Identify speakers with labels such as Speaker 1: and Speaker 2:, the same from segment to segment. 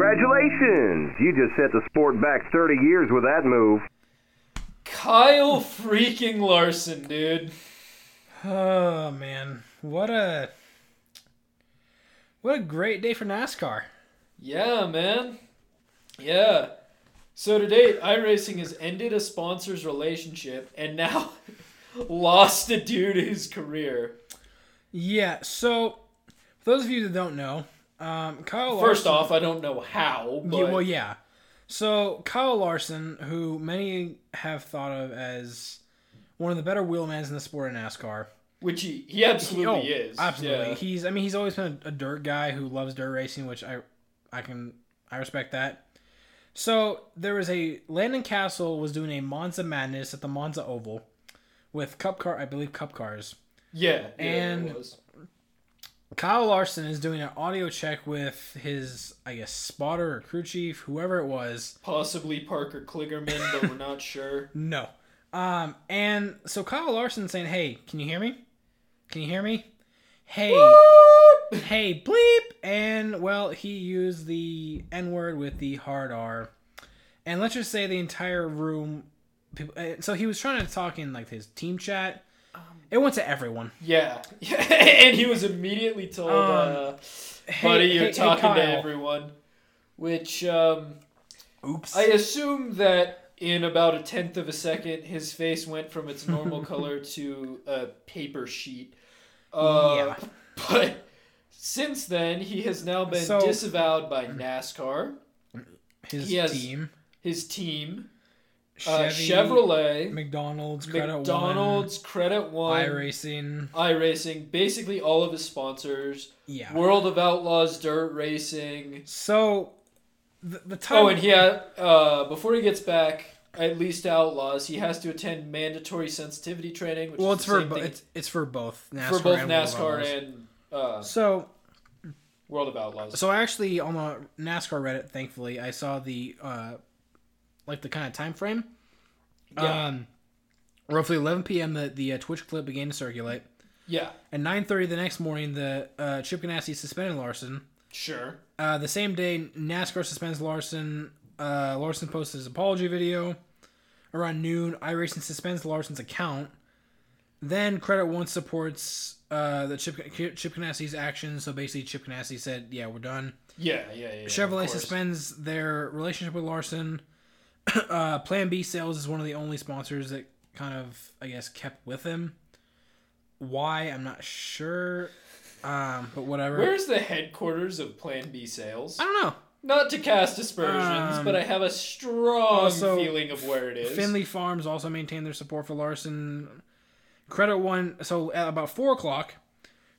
Speaker 1: Congratulations! You just set the sport back 30 years with that move.
Speaker 2: Kyle freaking Larson, dude.
Speaker 3: Oh man, what a what a great day for NASCAR.
Speaker 2: Yeah, man. Yeah. So to date, iRacing has ended a sponsor's relationship and now lost a dude his career.
Speaker 3: Yeah. So, for those of you that don't know, um, Kyle.
Speaker 2: First
Speaker 3: Larson,
Speaker 2: off, I don't know how, but
Speaker 3: Yeah, well, yeah. So Kyle Larson, who many have thought of as one of the better wheelmans in the sport of NASCAR.
Speaker 2: which he, he absolutely
Speaker 3: Oh,
Speaker 2: is.
Speaker 3: Absolutely.
Speaker 2: Yeah.
Speaker 3: He's I mean he's always been a, a dirt guy who loves dirt racing, which I I can I respect that. So there was a Landon Castle was doing a Monza Madness at the Monza Oval with cup car I believe cup cars.
Speaker 2: yeah, yeah,
Speaker 3: and-
Speaker 2: it was.
Speaker 3: Kyle Larson is doing an audio check with his I guess spotter or crew chief, whoever it was.
Speaker 2: possibly Parker Kligerman, but we're not sure.
Speaker 3: No. Um, and so Kyle Larson saying, "Hey, can you hear me? Can you hear me? Hey, hey, bleep!" And well, he used the N word with the hard R, and let's just say the entire room. People, uh, so he was trying to talk in like his team chat. It went to everyone.
Speaker 2: Yeah, and he was immediately told, uh, "Buddy, you're
Speaker 3: Um, hey- hey,
Speaker 2: talking to
Speaker 3: Kyle."
Speaker 2: everyone," which um,
Speaker 3: Oops.
Speaker 2: I assume that in about a tenth of a second, his face went from its normal color to a paper sheet. Uh,
Speaker 3: Yeah.
Speaker 2: But since then, he has now been
Speaker 3: So-
Speaker 2: disavowed by NASCAR,
Speaker 3: his
Speaker 2: he has
Speaker 3: team,
Speaker 2: his team, uh,
Speaker 3: Chevy,
Speaker 2: Chevrolet,
Speaker 3: McDonald's, Credit One,
Speaker 2: McDonald's, um, Credit One,
Speaker 3: iRacing.
Speaker 2: iRacing, basically all of his sponsors,
Speaker 3: Yeah.
Speaker 2: World of Outlaws, Dirt Racing.
Speaker 3: so the, the time.
Speaker 2: Oh, and he had, uh, before he gets back, at least Outlaws, he has to attend mandatory sensitivity training, which
Speaker 3: Well,
Speaker 2: is
Speaker 3: it's
Speaker 2: the
Speaker 3: for
Speaker 2: same
Speaker 3: bo-
Speaker 2: thing
Speaker 3: it's, it's for both NASCAR
Speaker 2: for both
Speaker 3: and World of
Speaker 2: NASCAR
Speaker 3: Outlaws.
Speaker 2: and uh,
Speaker 3: So,
Speaker 2: World of Outlaws.
Speaker 3: so I actually on the NASCAR Reddit, thankfully, I saw the uh, like the kind of time frame.
Speaker 2: Yeah.
Speaker 3: Um, roughly 11 p.m. the the uh, Twitch clip began to circulate,
Speaker 2: Yeah,
Speaker 3: and 9:30 the next morning, the uh, Chip Ganassi suspended Larson.
Speaker 2: sure.
Speaker 3: Uh, the same day, NASCAR suspends Larson. Uh, Larson posted his apology video. Around noon, iRacing suspends Larson's account. Then Credit One supports uh, the Chip Chip Ganassi's actions. So basically, Chip Ganassi said, "Yeah, we're done."
Speaker 2: Yeah, yeah, yeah.
Speaker 3: Chevrolet
Speaker 2: of course.
Speaker 3: suspends their relationship with Larson. uh, Plan B Sales is one of the only sponsors that kind of, I guess, kept with him. Why I'm not sure, um, but whatever.
Speaker 2: Where's the headquarters of Plan B Sales?
Speaker 3: I don't know.
Speaker 2: Not to cast aspersions,
Speaker 3: Um,
Speaker 2: but I have a strong
Speaker 3: also,
Speaker 2: feeling of where it is.
Speaker 3: Finley Farms also maintained their support for Larson. Credit One, so at about four o'clock,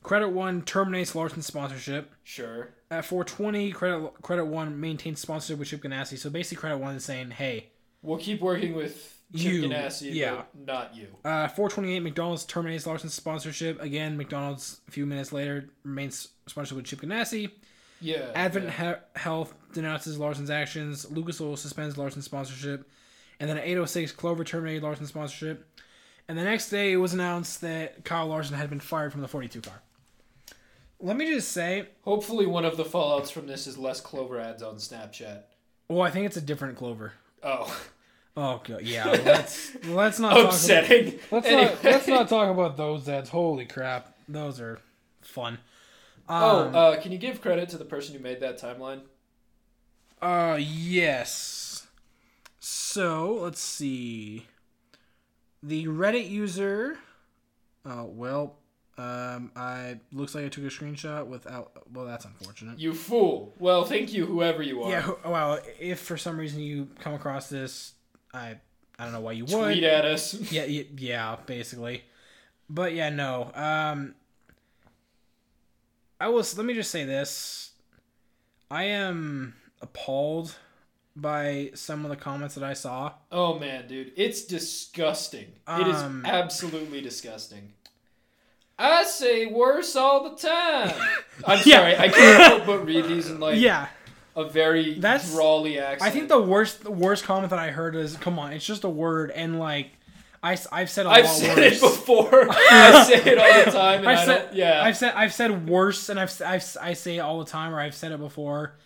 Speaker 3: Credit One terminates Larson's sponsorship.
Speaker 2: Sure.
Speaker 3: At four twenty, Credit Credit One maintains sponsorship with Chip Ganassi. So basically, Credit One is saying, "Hey,
Speaker 2: We'll keep working with Chip
Speaker 3: You,
Speaker 2: Ganassi,
Speaker 3: yeah.
Speaker 2: but not you.
Speaker 3: Uh, 428 McDonald's terminates Larson's sponsorship. Again, McDonald's a few minutes later remains sponsored with Chip Ganassi.
Speaker 2: Yeah.
Speaker 3: Advent
Speaker 2: yeah.
Speaker 3: he- Health denounces Larson's actions. Lucas Oil suspends Larson's sponsorship. And then at 806, Clover terminated Larson's sponsorship. And the next day, it was announced that Kyle Larson had been fired from the 42 car. Let me just say,
Speaker 2: Hopefully, one of the fallouts from this is less Clover ads on Snapchat.
Speaker 3: well, I think it's a different Clover.
Speaker 2: Oh,
Speaker 3: Oh god, yeah. Let's let's not talk about,
Speaker 2: upsetting.
Speaker 3: let's uh,
Speaker 2: Anyway.
Speaker 3: not let's not talk about those ads. Holy crap, those are fun.
Speaker 2: Oh,
Speaker 3: um,
Speaker 2: uh, can you give credit to the person who made that timeline?
Speaker 3: Uh, yes. So let's see. The Reddit user. Oh well, um, I looks like I took a screenshot without. Well, that's unfortunate.
Speaker 2: You fool. Well, thank you, whoever you are.
Speaker 3: Yeah. who- Well, if for some reason you come across this, I I don't know why you would.
Speaker 2: Tweet at us.
Speaker 3: Yeah. y- Yeah. Basically. But yeah, no. Um, I was. Let me just say this. I am appalled by some of the comments that I saw.
Speaker 2: Oh man, dude, it's disgusting. it is
Speaker 3: Um.
Speaker 2: absolutely disgusting. I say worse all the time. I'm
Speaker 3: Yeah.
Speaker 2: sorry, I can't help but read these in like
Speaker 3: Yeah,
Speaker 2: a very
Speaker 3: That's-
Speaker 2: drawly accent.
Speaker 3: I think the worst the worst comment that I heard is, "Come on, it's just a word," and like, I have said a
Speaker 2: I've
Speaker 3: lot
Speaker 2: said it
Speaker 3: worse.
Speaker 2: before. I say it all the time, and I
Speaker 3: I've
Speaker 2: don't.
Speaker 3: said,
Speaker 2: Yeah,
Speaker 3: I've said I've said worse, and I've, s- I've s- I say it all the time, or I've said it before.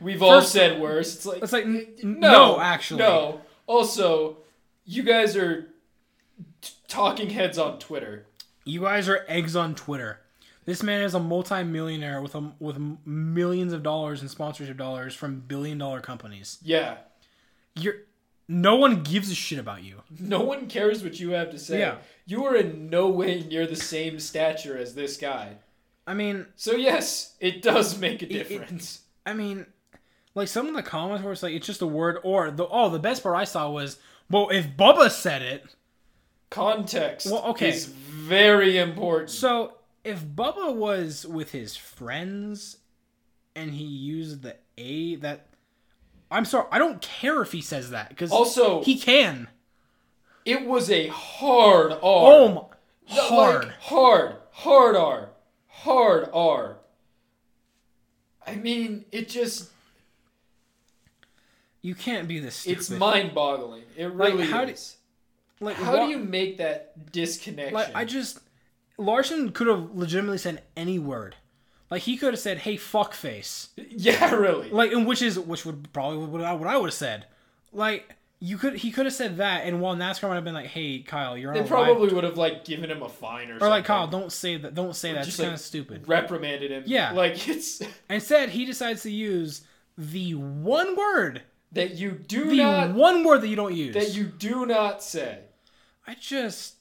Speaker 2: We've all
Speaker 3: First-
Speaker 2: said worse. It's like
Speaker 3: It's like n- n-
Speaker 2: no,
Speaker 3: no, actually.
Speaker 2: no. Also, you guys are t- talking heads on Twitter.
Speaker 3: You guys are eggs on Twitter. This man is a multimillionaire with a, with m- millions of dollars in sponsorship dollars from billion dollar companies.
Speaker 2: Yeah,
Speaker 3: You're no one gives a shit about you.
Speaker 2: no one cares what you have to say.
Speaker 3: Yeah.
Speaker 2: You are in no way near the same stature as this guy.
Speaker 3: I mean,
Speaker 2: So yes, it does make a difference.
Speaker 3: I mean, like some of the comments where it's like it's just a word or the oh the best part I saw was well if Bubba said it
Speaker 2: Context
Speaker 3: Well, okay.
Speaker 2: is very important.
Speaker 3: so if Bubba was with his friends and he used the a that I'm sorry I don't care if he says that because
Speaker 2: Also-
Speaker 3: he can
Speaker 2: it was a hard R.
Speaker 3: oh my,
Speaker 2: Like,
Speaker 3: hard
Speaker 2: hard, hard R, hard R. I mean, it just.
Speaker 3: you can't be this stupid
Speaker 2: It's mind-boggling. It really
Speaker 3: how do-
Speaker 2: is.
Speaker 3: like
Speaker 2: how
Speaker 3: wha-
Speaker 2: do you make that disconnection?
Speaker 3: like I just Larson could have legitimately said any word like he could have said hey fuckface
Speaker 2: yeah, really.
Speaker 3: like and which is which would probably would- what I, what I would have said like you could he could have said that and while NASCAR might have been like hey Kyle you're on
Speaker 2: they
Speaker 3: a
Speaker 2: probably
Speaker 3: live,
Speaker 2: would have like given him a fine or,
Speaker 3: or
Speaker 2: something.
Speaker 3: like Kyle don't say that don't say that
Speaker 2: just,
Speaker 3: it's kind
Speaker 2: like,
Speaker 3: of stupid
Speaker 2: reprimanded him.
Speaker 3: Yeah.
Speaker 2: like it's
Speaker 3: instead he decides to use the one word
Speaker 2: that you do
Speaker 3: the
Speaker 2: not
Speaker 3: one word that you don't use
Speaker 2: that you do not say.
Speaker 3: I just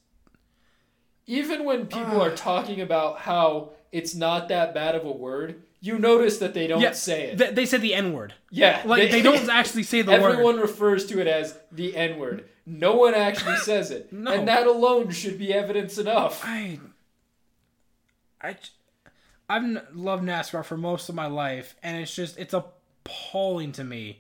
Speaker 2: Even when people are talking about how it's not that bad of a word, you notice that they don't
Speaker 3: yeah
Speaker 2: say it.
Speaker 3: th- they said the n word
Speaker 2: yeah,
Speaker 3: like they, don't actually say the word
Speaker 2: Everyone refers to it as the N word. No one actually says it.
Speaker 3: No.
Speaker 2: And that alone should be evidence enough.
Speaker 3: I, I, I've n- loved NASCAR for most of my life, and it's just it's appalling to me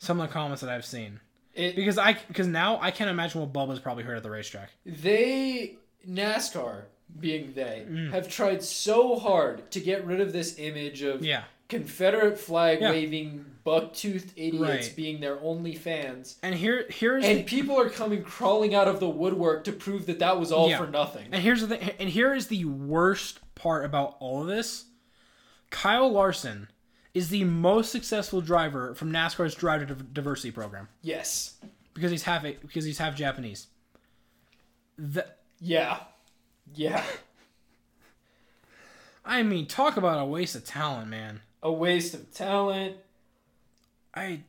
Speaker 3: some of the comments that I've seen
Speaker 2: It,
Speaker 3: because I because now I can't imagine what Bubba's probably heard at the racetrack.
Speaker 2: they, NASCAR being they,
Speaker 3: Mm.
Speaker 2: have tried so hard to get rid of this image of
Speaker 3: Yeah,
Speaker 2: Confederate flag
Speaker 3: Yeah.
Speaker 2: waving, buck toothed idiots
Speaker 3: Right.
Speaker 2: being their only fans.
Speaker 3: and here here's
Speaker 2: And
Speaker 3: the,
Speaker 2: people are coming crawling out of the woodwork to prove that that was all
Speaker 3: Yeah.
Speaker 2: for nothing.
Speaker 3: and here's the thing, and here is the worst part about all of this. Kyle Larson is the most successful driver from NASCAR's driver div- diversity program
Speaker 2: Yes.
Speaker 3: because he's half because he's half Japanese. The
Speaker 2: Yeah. Yeah.
Speaker 3: I mean, talk about a waste of talent, man.
Speaker 2: A waste of talent.
Speaker 3: I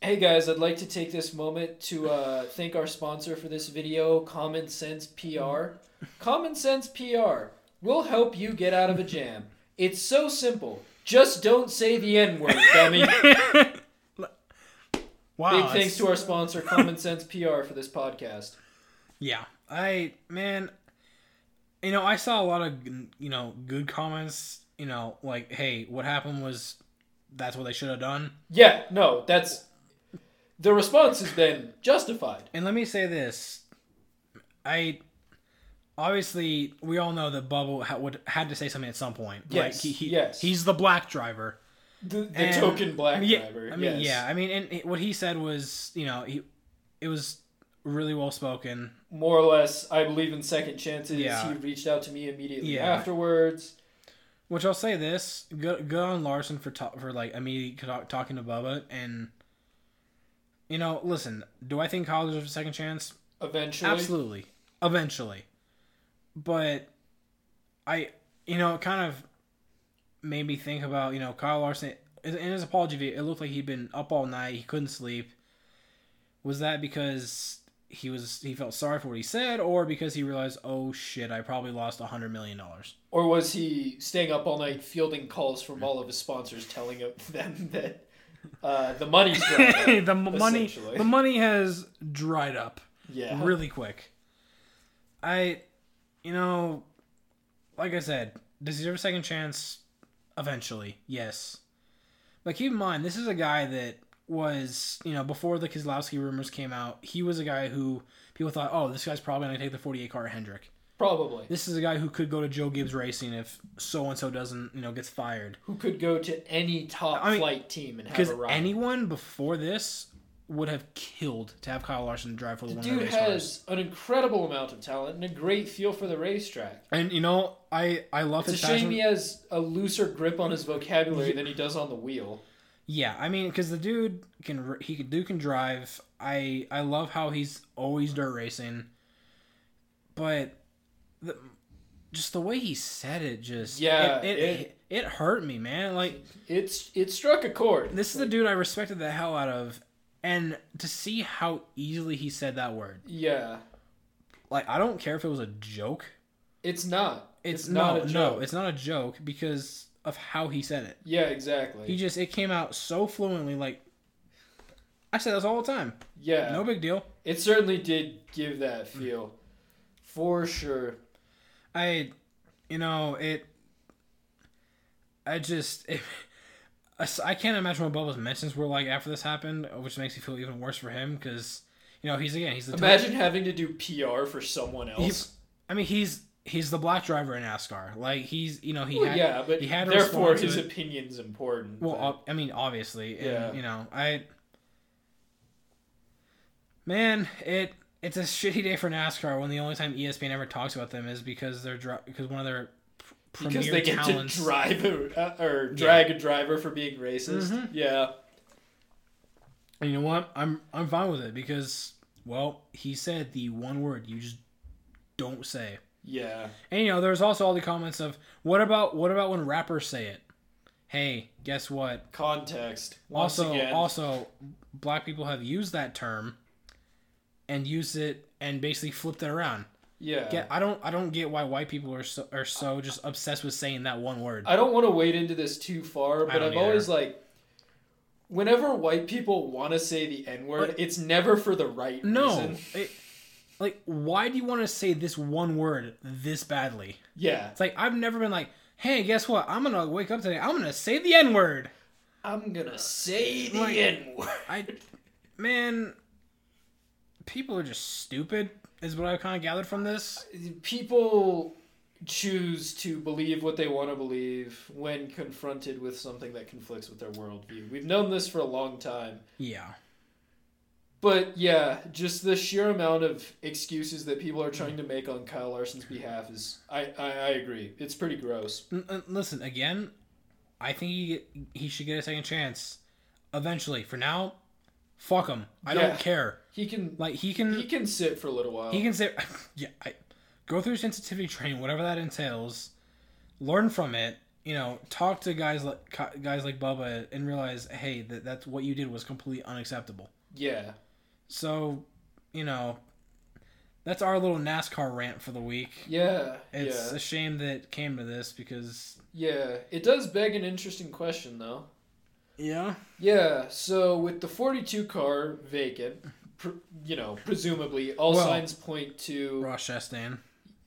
Speaker 2: Hey guys, I'd like to take this moment to uh, thank our sponsor for this video, Common Sense PR. Common Sense PR will help you get out of a jam. It's so simple. Just don't say the N word, dummy. Big
Speaker 3: wow. that's-
Speaker 2: thanks to our sponsor, Common Sense PR, for this podcast.
Speaker 3: yeah. I man, you know, I saw a lot of you know good comments. You know, like, hey, what happened was that's what they should have done.
Speaker 2: Yeah, no, that's. The response has been justified.
Speaker 3: And let me say this, I obviously we all know that Bubble ha- would had to say something at some point.
Speaker 2: Yes,
Speaker 3: he, he,
Speaker 2: yes.
Speaker 3: he's the black driver.
Speaker 2: The, the
Speaker 3: And-
Speaker 2: token black
Speaker 3: yeah,
Speaker 2: driver.
Speaker 3: I mean,
Speaker 2: yes.
Speaker 3: yeah, I mean, and he- what he said was, you know, he it was really well spoken.
Speaker 2: More or less, I believe in second chances.
Speaker 3: Yeah.
Speaker 2: He reached out to me immediately
Speaker 3: Yeah.
Speaker 2: afterwards.
Speaker 3: Which I'll say this: good, good on Larson for ta- for like immediately talk, talking to Bubba, and you know, listen. Do I think Kyle deserves a second chance?
Speaker 2: Eventually.
Speaker 3: Absolutely, eventually. But I, you know, it kind of made me think about you know Kyle Larson in in his apology video. It looked like he'd been up all night. He couldn't sleep. Was that because he was he felt sorry for what he said, or because he realized, oh shit, I probably lost a hundred million dollars?
Speaker 2: Or was he staying up all night fielding calls from all of his sponsors telling them that uh, the money's dry?
Speaker 3: the m- money
Speaker 2: essentially.
Speaker 3: the money has dried up
Speaker 2: yeah.
Speaker 3: really quick. I you know like I said, does he deserve a second chance eventually? Yes. But keep in mind this is a guy that was, you know, before the Kozlowski rumors came out, he was a guy who people thought, "Oh, this guy's probably going to take the 48 car at Hendrick."
Speaker 2: Probably.
Speaker 3: This is a guy who could go to Joe Gibbs Racing if so and so doesn't, you know, gets fired.
Speaker 2: Who could go to any top
Speaker 3: I mean,
Speaker 2: flight team and have
Speaker 3: Because
Speaker 2: a ride?
Speaker 3: anyone before this would have killed to have Kyle Larson drive for the one
Speaker 2: Dude
Speaker 3: race cars.
Speaker 2: has an incredible amount of talent and a great feel for the racetrack.
Speaker 3: And you know, I I love
Speaker 2: It's a
Speaker 3: his
Speaker 2: shame
Speaker 3: passion.
Speaker 2: he has a looser grip on his vocabulary than he does on the wheel.
Speaker 3: Yeah, I mean, because the dude can r- he could do can drive. I I love how he's always dirt racing, but the, just the way he said it, just
Speaker 2: Yeah,
Speaker 3: it it, it
Speaker 2: it-
Speaker 3: hurt me, man. Like
Speaker 2: It's it struck a chord.
Speaker 3: this is the dude I respected the hell out of, and to see how easily he said that word,
Speaker 2: Yeah,
Speaker 3: like I don't care if it was a joke.
Speaker 2: it's not.
Speaker 3: It's,
Speaker 2: It's,
Speaker 3: no,
Speaker 2: not a joke.
Speaker 3: no, it's not a joke because of how he said it.
Speaker 2: yeah, exactly.
Speaker 3: He just it came out so fluently. Like I said this all the time.
Speaker 2: yeah,
Speaker 3: No big deal.
Speaker 2: it certainly did give that feel, for sure.
Speaker 3: I, you know, it. I just, it, I s- I can't imagine what Bubba's mentions were like after this happened, which makes me feel even worse for him because, you know, he's again, he's the. type-
Speaker 2: Imagine having to do PR for someone
Speaker 3: he-
Speaker 2: else.
Speaker 3: I mean, he's he's the black driver in NASCAR. Like he's, you know, he
Speaker 2: Well,
Speaker 3: had
Speaker 2: yeah, but
Speaker 3: he had to
Speaker 2: therefore
Speaker 3: respond to
Speaker 2: his
Speaker 3: it.
Speaker 2: opinion's important.
Speaker 3: well, uh,
Speaker 2: but-
Speaker 3: ob- I mean, obviously, and,
Speaker 2: Yeah.
Speaker 3: you know, I. Man, it it's a shitty day for NASCAR when the only time E ESPN ever talks about them is because they're dri- because one of their pr- premier
Speaker 2: because they get
Speaker 3: talents.
Speaker 2: to drive a, uh, or drag a driver for being racist.
Speaker 3: Mm-hmm.
Speaker 2: Yeah,
Speaker 3: And you know what? I'm I'm fine with it because well, he said the one word you just don't say.
Speaker 2: yeah,
Speaker 3: And you know, there's also all the comments of what about what about when rappers say it? Hey, guess what?
Speaker 2: context. Once
Speaker 3: also
Speaker 2: again,
Speaker 3: also black people have used that term and used it and basically flipped it around.
Speaker 2: yeah. Uh,
Speaker 3: Get, I don't I don't get why white people are so are so just obsessed with saying that one word.
Speaker 2: I don't want to wade into this too far, but
Speaker 3: don't
Speaker 2: I've always like, whenever white people want to say the N word, it's never for the right
Speaker 3: no.
Speaker 2: reason.
Speaker 3: It, like why do you want to say this one word this badly?
Speaker 2: Yeah,
Speaker 3: It's like I've never been like, hey, guess what? I'm gonna wake up today. I'm gonna say the N word.
Speaker 2: I'm gonna say the
Speaker 3: Like-
Speaker 2: N word.
Speaker 3: I, man, people are just stupid. Is what I kind of gathered from this.
Speaker 2: People choose to believe what they want to believe when confronted with something that conflicts with their worldview. We've known this for a long time.
Speaker 3: Yeah,
Speaker 2: But yeah, just the sheer amount of excuses that people are trying to make on Kyle Larson's behalf is, I, I, I agree. It's pretty gross.
Speaker 3: N- n- listen again. I think he he should get a second chance, eventually. For now, fuck him. I
Speaker 2: Yeah.
Speaker 3: don't care.
Speaker 2: He can
Speaker 3: Like he can
Speaker 2: he can sit for a little while.
Speaker 3: he can say yeah. I, go through sensitivity training, whatever that entails. Learn from it. You know, talk to guys like cu- guys like Bubba and realize, hey, that that's what you did was completely unacceptable.
Speaker 2: yeah.
Speaker 3: So, you know, that's our little NASCAR rant for the week.
Speaker 2: Yeah.
Speaker 3: It's
Speaker 2: yeah.
Speaker 3: a shame that it came to this because
Speaker 2: Yeah. It does beg an interesting question though.
Speaker 3: yeah,
Speaker 2: Yeah, so with the 42 car vacant, pr- you know, presumably all
Speaker 3: Well-
Speaker 2: signs point to
Speaker 3: Ross Chastain.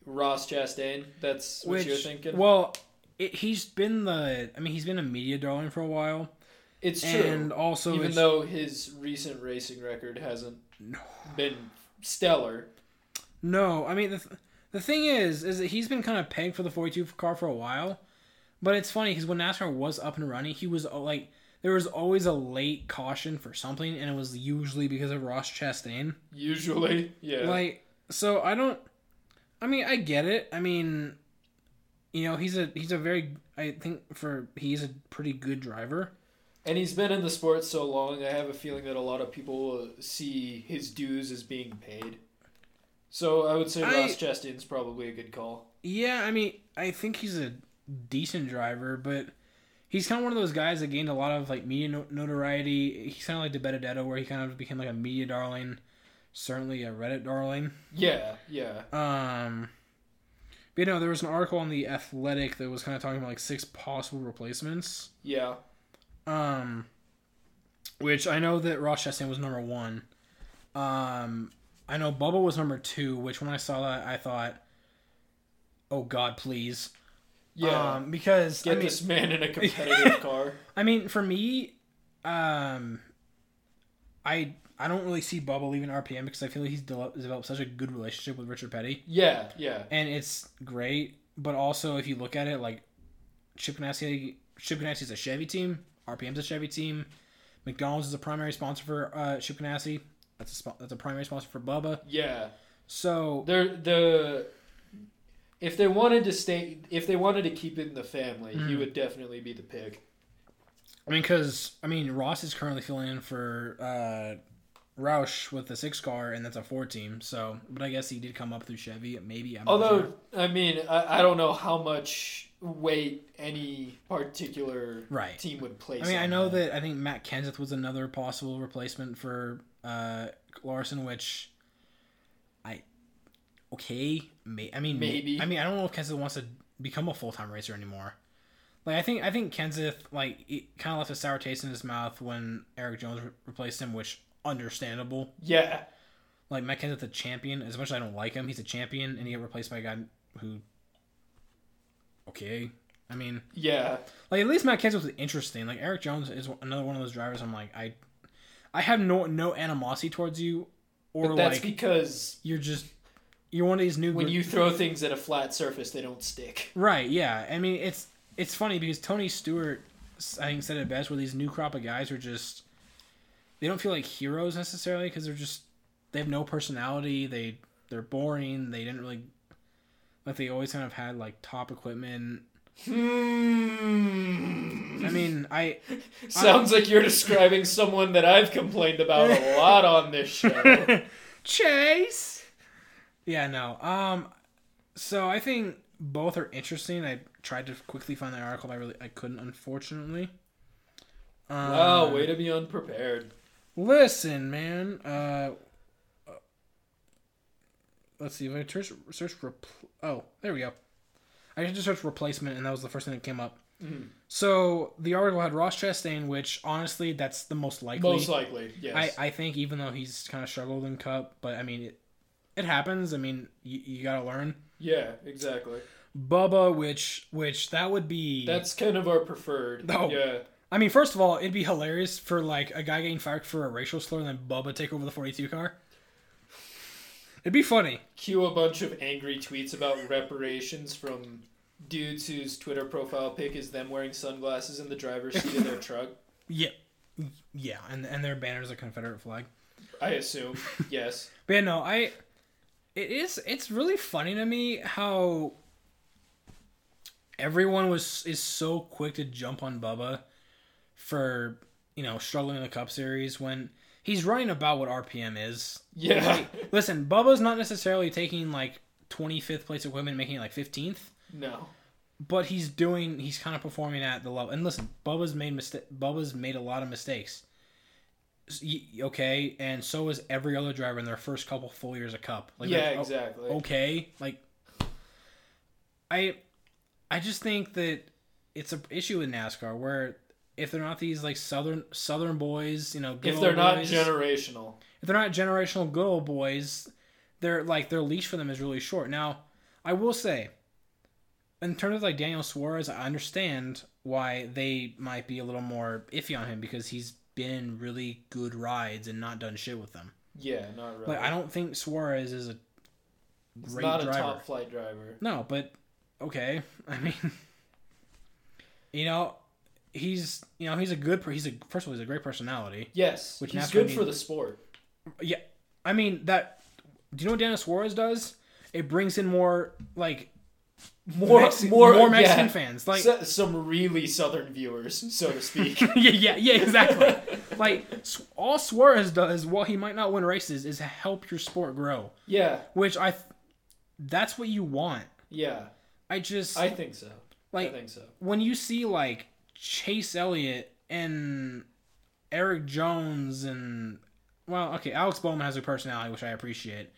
Speaker 2: Ross Chastain. That's what
Speaker 3: Which
Speaker 2: you're thinking.
Speaker 3: Well, it, he's been the. I mean, he's been a media darling for a while,
Speaker 2: it's true.
Speaker 3: and also
Speaker 2: even
Speaker 3: it's-
Speaker 2: though his recent racing record hasn't been stellar.
Speaker 3: no, I mean the. Th- the thing is, is that he's been kind of pegged for the 42 car for a while, but it's funny because when NASCAR was up and running, he was uh, like, there was always a late caution for something, and it was usually because of Ross Chastain.
Speaker 2: Usually, yeah,
Speaker 3: Like, so I don't. I mean, I get it. I mean, you know, he's a he's a very I think for he's a pretty good driver.
Speaker 2: and he's been in the sport so long. I have a feeling that a lot of people uh, see his dues as being paid. So I would say
Speaker 3: I-
Speaker 2: Ross Chastain's probably a good call.
Speaker 3: Yeah, I mean, I think he's a decent driver, but he's kind of one of those guys that gained a lot of like media no- notoriety. He's kind of like De Benedetto, where he kind of became like a media darling, certainly a Reddit darling.
Speaker 2: Yeah, yeah,
Speaker 3: Um, but you know, there was an article on the Athletic that was kind of talking about like six possible replacements.
Speaker 2: yeah,
Speaker 3: Um, which I know that Ross Chastain was number one. Um, I know Bubba was number two. Which when I saw that, I thought, "Oh God, please!"
Speaker 2: yeah.
Speaker 3: Um, because
Speaker 2: Get
Speaker 3: I mean,
Speaker 2: this man in a competitive car.
Speaker 3: I mean, for me, um, I I don't really see Bubba leaving RPM because I feel like he's de- developed such a good relationship with Richard Petty,
Speaker 2: Yeah, yeah,
Speaker 3: and it's great. But also, if you look at it, like Chip Ganassi, Chip Ganassi's a Chevy team. RPM's a Chevy team. McDonald's is a primary sponsor for uh, Chip Ganassi. That's a spo- that's a primary sponsor for Bubba.
Speaker 2: yeah.
Speaker 3: So
Speaker 2: They're the. If Hmm. they wanted to stay, if they wanted to keep it in the family, he would definitely be the pick.
Speaker 3: I mean, because I mean Ross is currently filling in for uh, Roush with the six car, and that's a four team. So, but I guess he did come up through Chevy. Maybe I'm not sure.
Speaker 2: Although, I mean, I, I don't know how much weight any particular
Speaker 3: Right.
Speaker 2: team would place.
Speaker 3: I mean, I
Speaker 2: on
Speaker 3: know that I think Matt Kenseth was another possible replacement for uh, Larson, which I okay, may, I mean, may-
Speaker 2: Maybe.
Speaker 3: I mean, I don't know if Kenseth wants to become a full time racer anymore. Like, I think I think Kenseth like it kind of left a sour taste in his mouth when Eric Jones re- replaced him, which understandable.
Speaker 2: Yeah,
Speaker 3: Like Matt Kenseth's a champion. As much as I don't like him, he's a champion, and he got replaced by a guy who okay. I mean.
Speaker 2: yeah.
Speaker 3: Like at least Matt Kenseth was interesting. Like Eric Jones is another one of those drivers. I'm like I, I have no no animosity towards you, or
Speaker 2: But that's
Speaker 3: like
Speaker 2: because
Speaker 3: you're just you're one of these new
Speaker 2: when
Speaker 3: gr-
Speaker 2: you throw things at a flat surface, they don't stick.
Speaker 3: right. Yeah, I mean it's it's funny because Tony Stewart s- I think said it best where these new crop of guys are just they don't feel like heroes necessarily because they're just they have no personality. They they're boring. They didn't really like they always kind of had like top equipment.
Speaker 2: Hmm.
Speaker 3: I mean I
Speaker 2: Sounds like you're describing someone that I've complained about a lot on this show.
Speaker 3: Chase. Yeah, no. Um, so I think both are interesting. I tried to quickly find the article, but I really I couldn't, unfortunately. Um,
Speaker 2: Wow, way to be unprepared.
Speaker 3: Listen, man. Uh, let's see if I search search repl- Oh, there we go. I just searched replacement, and that was the first thing that came up. So the article had Ross Chastain, which honestly, that's the most likely.
Speaker 2: Most likely,
Speaker 3: I,
Speaker 2: yes.
Speaker 3: I think even though he's kind of struggled in cup, but I mean it, it happens. I mean you, you gotta learn.
Speaker 2: yeah, exactly.
Speaker 3: Bubba, which which that would be.
Speaker 2: That's kind of our preferred.
Speaker 3: No.
Speaker 2: Yeah.
Speaker 3: I mean, first of all, it'd be hilarious for like a guy getting fired for a racial slur and then Bubba take over the forty two car. It'd be funny.
Speaker 2: Cue a bunch of angry tweets about reparations from dudes whose Twitter profile pic is them wearing sunglasses in the driver's seat of their truck.
Speaker 3: Yeah, yeah, and and their banner's a Confederate flag.
Speaker 2: I assume. Yes.
Speaker 3: But yeah, no, I. It is. It's really funny to me how everyone was is so quick to jump on Bubba for you know struggling in the Cup Series when he's running about what RPM is.
Speaker 2: Yeah.
Speaker 3: Listen, Bubba's not necessarily taking like 25th place equipment, and making it like 15th,
Speaker 2: No.
Speaker 3: but he's doing. He's kind of performing at the level. And listen, Bubba's made mistake. Bubba's made a lot of mistakes. S- y- Okay, and so is every other driver in their first couple full years of Cup. Like,
Speaker 2: Yeah,
Speaker 3: like, oh,
Speaker 2: exactly.
Speaker 3: okay like i i just think that it's a issue with nascar where if they're not these like southern southern boys you know good
Speaker 2: If
Speaker 3: old
Speaker 2: they're not
Speaker 3: boys-
Speaker 2: generational.
Speaker 3: if they're not generational good old boys they're like their leash for them is really short now i will say in terms of like daniel suarez i understand why they might be a little more iffy on him because he's been really good rides and not done shit with them
Speaker 2: Yeah, not really.
Speaker 3: like i don't think suarez is a
Speaker 2: He's
Speaker 3: great
Speaker 2: not a
Speaker 3: driver
Speaker 2: top flight driver.
Speaker 3: no, but okay. I mean, you know, he's you know he's a good per- he's a first of all he's a great personality.
Speaker 2: Yes.
Speaker 3: Which
Speaker 2: he's
Speaker 3: NASCAR
Speaker 2: good
Speaker 3: means-
Speaker 2: for the sport.
Speaker 3: Yeah, I mean that. Do you know what Dennis Suarez does? It brings in more like
Speaker 2: More
Speaker 3: Mexi-
Speaker 2: more,
Speaker 3: more Mexican
Speaker 2: yeah.
Speaker 3: fans. Like
Speaker 2: S- some really southern viewers, so to speak.
Speaker 3: yeah, yeah, yeah, exactly. like Su- all Suarez does, while he might not win races, is help your sport grow,
Speaker 2: yeah.
Speaker 3: which I. Th- that's what you want.
Speaker 2: Yeah.
Speaker 3: I just
Speaker 2: I think so. I
Speaker 3: like
Speaker 2: think so.
Speaker 3: when you see like Chase Elliott and Eric Jones and well, okay, Alex Bowman has a personality which I appreciate.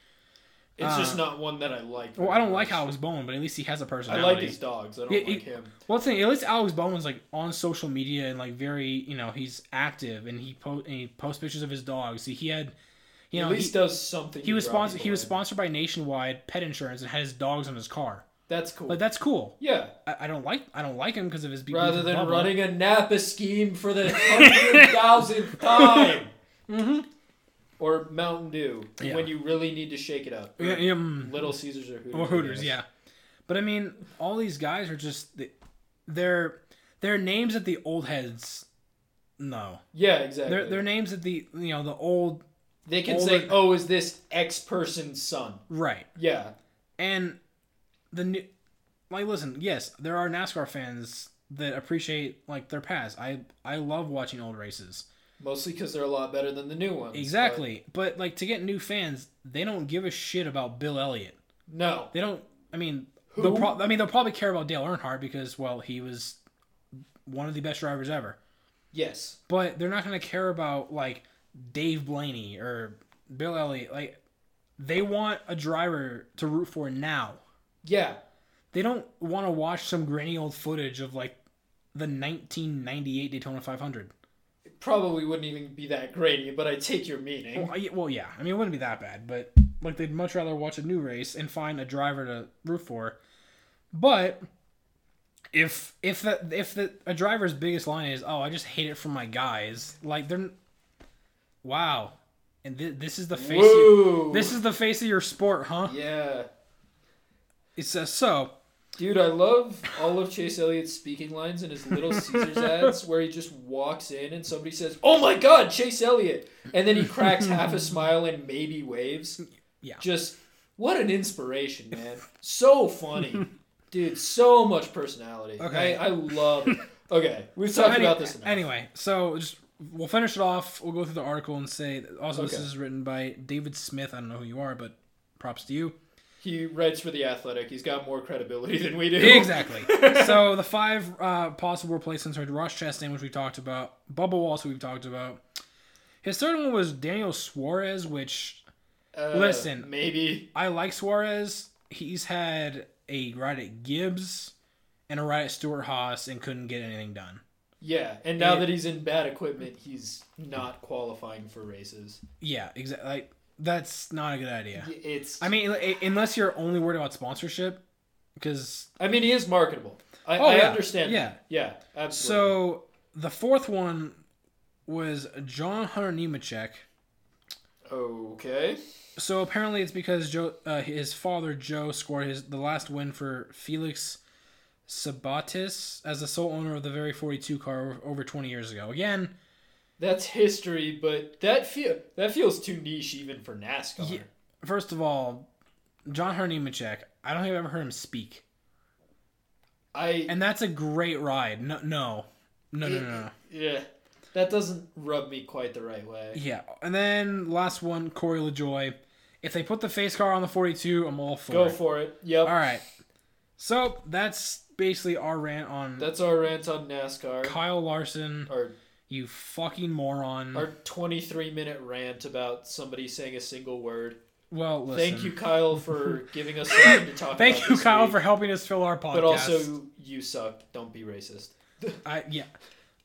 Speaker 2: It's just not one that I like.
Speaker 3: uh, Well, I
Speaker 2: very
Speaker 3: don't like
Speaker 2: much.
Speaker 3: Alex Bowman, but at least he has a
Speaker 2: I
Speaker 3: personality.
Speaker 2: like his dogs. I don't
Speaker 3: Yeah,
Speaker 2: like
Speaker 3: it-
Speaker 2: him.
Speaker 3: Well, that's the thing, at least Alex Bowman's like on social media and like very, you know, he's active and he post and he posts pictures of his dogs. He had, you know,
Speaker 2: At least
Speaker 3: he,
Speaker 2: does something.
Speaker 3: he
Speaker 2: to
Speaker 3: was
Speaker 2: draw
Speaker 3: sponsored.
Speaker 2: people
Speaker 3: He was
Speaker 2: in.
Speaker 3: sponsored by Nationwide Pet Insurance and had his dogs on his car.
Speaker 2: That's cool.
Speaker 3: Like that's cool.
Speaker 2: yeah.
Speaker 3: I, I don't like I don't like him because of his beef
Speaker 2: Rather
Speaker 3: with
Speaker 2: than
Speaker 3: Bubba.
Speaker 2: running a Napa scheme for the hundred thousandth time. Mm-hmm. Or Mountain Dew
Speaker 3: Yeah.
Speaker 2: when you really need to shake it up.
Speaker 3: Yeah, yeah, mm.
Speaker 2: Little Caesars or Hooters.
Speaker 3: Or
Speaker 2: I
Speaker 3: Hooters,
Speaker 2: guess.
Speaker 3: yeah. But I mean, all these guys are just th- they're they're names that the old heads know.
Speaker 2: Yeah, exactly.
Speaker 3: They're they're names that the you know the old
Speaker 2: they can
Speaker 3: older-
Speaker 2: say, "Oh, is this X person's son?"
Speaker 3: right
Speaker 2: Yeah,
Speaker 3: and the new like listen yes there are NASCAR fans that appreciate like their past. I I love watching old races.
Speaker 2: Mostly because they're a lot better than the new ones. but
Speaker 3: Exactly. But like to get new fans, they don't give a shit about Bill Elliott.
Speaker 2: no.
Speaker 3: They don't I mean they'll pro- I mean they'll probably care about Dale Earnhardt because well, he was one of the best drivers ever.
Speaker 2: Yes.
Speaker 3: But they're not going to care about like Dave Blaney or Bill Elliott. Like they want a driver to root for now.
Speaker 2: Yeah.
Speaker 3: they don't want to watch some grainy old footage of like the 1998 Daytona 500.
Speaker 2: Probably wouldn't even be that grainy, but I take your meaning.
Speaker 3: Well, I- well, yeah, I mean it wouldn't be that bad, but like they'd much rather watch a new race and find a driver to root for. But if if that if the a driver's biggest line is oh I just hate it from my guys like they're wow and thi- this is the face
Speaker 2: Whoa.
Speaker 3: of, this is the face of your sport huh
Speaker 2: yeah.
Speaker 3: it's uh, so
Speaker 2: Dude, I love all of Chase Elliott's speaking lines in his Little Caesars ads where he just walks in and somebody says, Oh my god, Chase Elliott! And then he cracks half a smile and maybe waves.
Speaker 3: Yeah.
Speaker 2: Just, what an inspiration, man. So funny. Dude, so much personality.
Speaker 3: Okay.
Speaker 2: I, I love it. Okay, we've talked
Speaker 3: Any-
Speaker 2: about this enough.
Speaker 3: Anyway, so just we'll finish it off. We'll go through the article and say. Also, this
Speaker 2: Okay.
Speaker 3: is written by David Smith. I don't know who you are, but props to you.
Speaker 2: He writes for The Athletic. He's got more credibility than we do.
Speaker 3: Exactly. so the five uh, possible replacements are Ross Chastain, which we talked about. Bubba Wallace, who we've talked about. His third one was Daniel Suarez, which
Speaker 2: Uh,
Speaker 3: Listen.
Speaker 2: Maybe.
Speaker 3: I like Suarez. He's had a ride at Gibbs and a ride at Stuart Haas and couldn't get anything done.
Speaker 2: Yeah, and now
Speaker 3: It-
Speaker 2: that he's in bad equipment, he's not qualifying for races.
Speaker 3: Yeah, exactly. Like, that's not a good idea.
Speaker 2: It's
Speaker 3: I mean, i- unless you're only worried about sponsorship, because
Speaker 2: I mean, he is marketable. I,
Speaker 3: Oh,
Speaker 2: I
Speaker 3: yeah.
Speaker 2: understand.
Speaker 3: Yeah.
Speaker 2: that. yeah, absolutely.
Speaker 3: so the fourth one was John Hunter Nemechek.
Speaker 2: So okay,
Speaker 3: So apparently, it's because Joe, uh, his father Joe, scored his the last win for Felix Sabatis as the sole owner of the very 42 car over 20 years ago. Again,
Speaker 2: that's history, but that feel that feels too niche even for NASCAR.
Speaker 3: Ye- first of all, John Hunter Nemechek. I don't think I've ever heard him speak,
Speaker 2: I
Speaker 3: and that's a great ride. No, no, no, no, no. no.
Speaker 2: yeah, that doesn't rub me quite the right way.
Speaker 3: Yeah, and then last one, Corey LaJoy. If they put the face car on the 42, I'm all for
Speaker 2: Go
Speaker 3: it.
Speaker 2: for it. Yep,
Speaker 3: all right. So that's basically our rant on
Speaker 2: that's our rant on NASCAR.
Speaker 3: Kyle Larson.
Speaker 2: Our
Speaker 3: You fucking moron.
Speaker 2: our 23 minute rant about somebody saying a single word.
Speaker 3: well, listen.
Speaker 2: Thank you, Kyle, for giving us time to talk.
Speaker 3: Thank
Speaker 2: about
Speaker 3: you,
Speaker 2: this
Speaker 3: Kyle,
Speaker 2: week.
Speaker 3: for helping us fill our podcast.
Speaker 2: But also, you suck. Don't be racist.
Speaker 3: I yeah.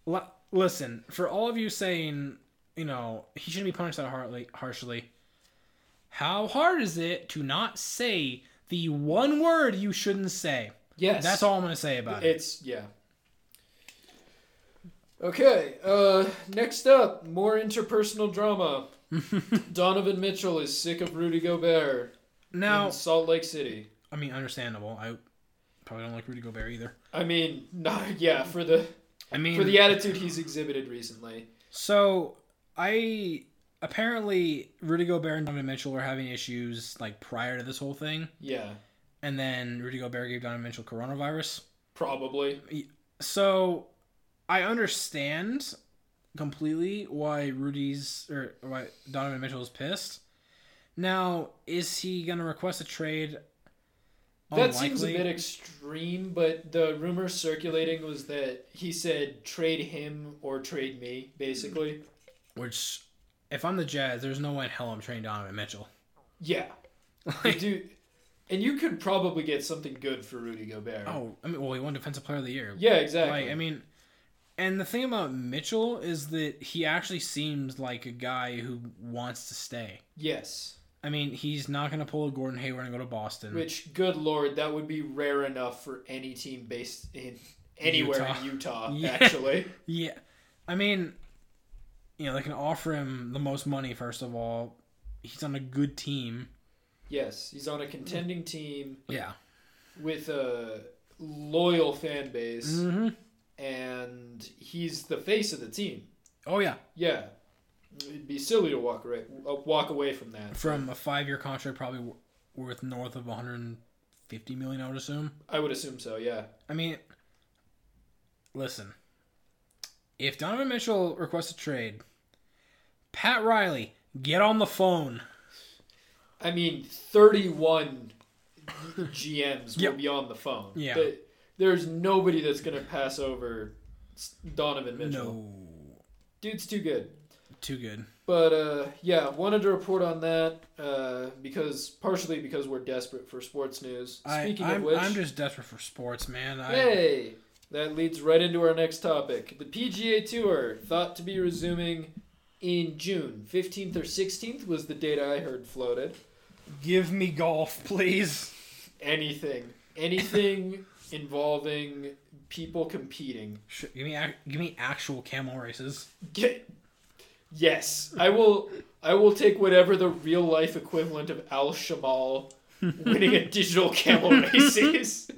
Speaker 3: L- listen, for all of you saying, you know, he shouldn't be punished that harshly, harshly. How hard is it to not say the one word you shouldn't say?
Speaker 2: Yes,
Speaker 3: That's all I'm gonna say about it.
Speaker 2: It's yeah. Okay, uh, next up, more interpersonal drama. Donovan Mitchell is sick of Rudy Gobert
Speaker 3: Now,
Speaker 2: in Salt Lake City.
Speaker 3: I mean, understandable. I probably don't like Rudy Gobert either.
Speaker 2: I mean, no, yeah, for the
Speaker 3: I mean,
Speaker 2: for the attitude he's exhibited recently.
Speaker 3: so I apparently Rudy Gobert and Donovan Mitchell were having issues like prior to this whole thing,
Speaker 2: Yeah,
Speaker 3: and then Rudy Gobert gave Donovan Mitchell coronavirus.
Speaker 2: probably.
Speaker 3: So I understand completely why Rudy's or why Donovan Mitchell's pissed. Now, is he gonna request a trade?
Speaker 2: That seems a
Speaker 3: Unlikely.
Speaker 2: bit extreme, but the rumor circulating was that he said trade him or trade me,
Speaker 3: Hmm.
Speaker 2: basically.
Speaker 3: Which, if I'm the Jazz, there's no way in hell I'm trading Donovan Mitchell.
Speaker 2: Yeah, You do, and you could probably get something good for Rudy Gobert.
Speaker 3: Oh, I mean, well, he won Defensive Player of the Year.
Speaker 2: yeah, exactly.
Speaker 3: Like, I mean, and the thing about Mitchell is that he actually seems like a guy who wants to stay.
Speaker 2: Yes.
Speaker 3: I mean, he's not going to pull a Gordon Hayward and go to Boston.
Speaker 2: Which, good lord, that would be rare enough for any team based in anywhere in Utah,
Speaker 3: Yeah.
Speaker 2: actually.
Speaker 3: Yeah. I mean, you know, they can offer him the most money, first of all. He's on a good team.
Speaker 2: Yes, he's on a contending team
Speaker 3: Yeah.
Speaker 2: with a loyal fan base,
Speaker 3: hmm
Speaker 2: and he's the face of the team.
Speaker 3: Oh, yeah.
Speaker 2: Yeah. It'd be silly to walk away, uh, walk away from that.
Speaker 3: From a five year contract, probably w- worth north of 150 million, I would assume.
Speaker 2: I would assume so, yeah.
Speaker 3: I mean, Listen, if Donovan Mitchell requests a trade, Pat Riley, get on the phone.
Speaker 2: I mean, 31 GMs will
Speaker 3: Yep.
Speaker 2: be on the phone.
Speaker 3: Yeah.
Speaker 2: But there's nobody that's going to pass over S- Donovan Mitchell.
Speaker 3: No,
Speaker 2: Dude's too good.
Speaker 3: too good.
Speaker 2: But uh, yeah, wanted to report on that uh, because partially because we're desperate for sports news. Speaking
Speaker 3: I, I'm,
Speaker 2: of which,
Speaker 3: I'm just desperate for sports, man. I,
Speaker 2: hey, that leads right into our next topic. The PGA Tour thought to be resuming in June, 15th or 16th was the date I heard floated.
Speaker 3: Give me golf, please.
Speaker 2: Anything, anything involving people competing.
Speaker 3: Sh- Give me, ac- give me actual camel races.
Speaker 2: Get, yes, I will. I will take whatever the real life equivalent of Al Shamal winning a digital camel race is.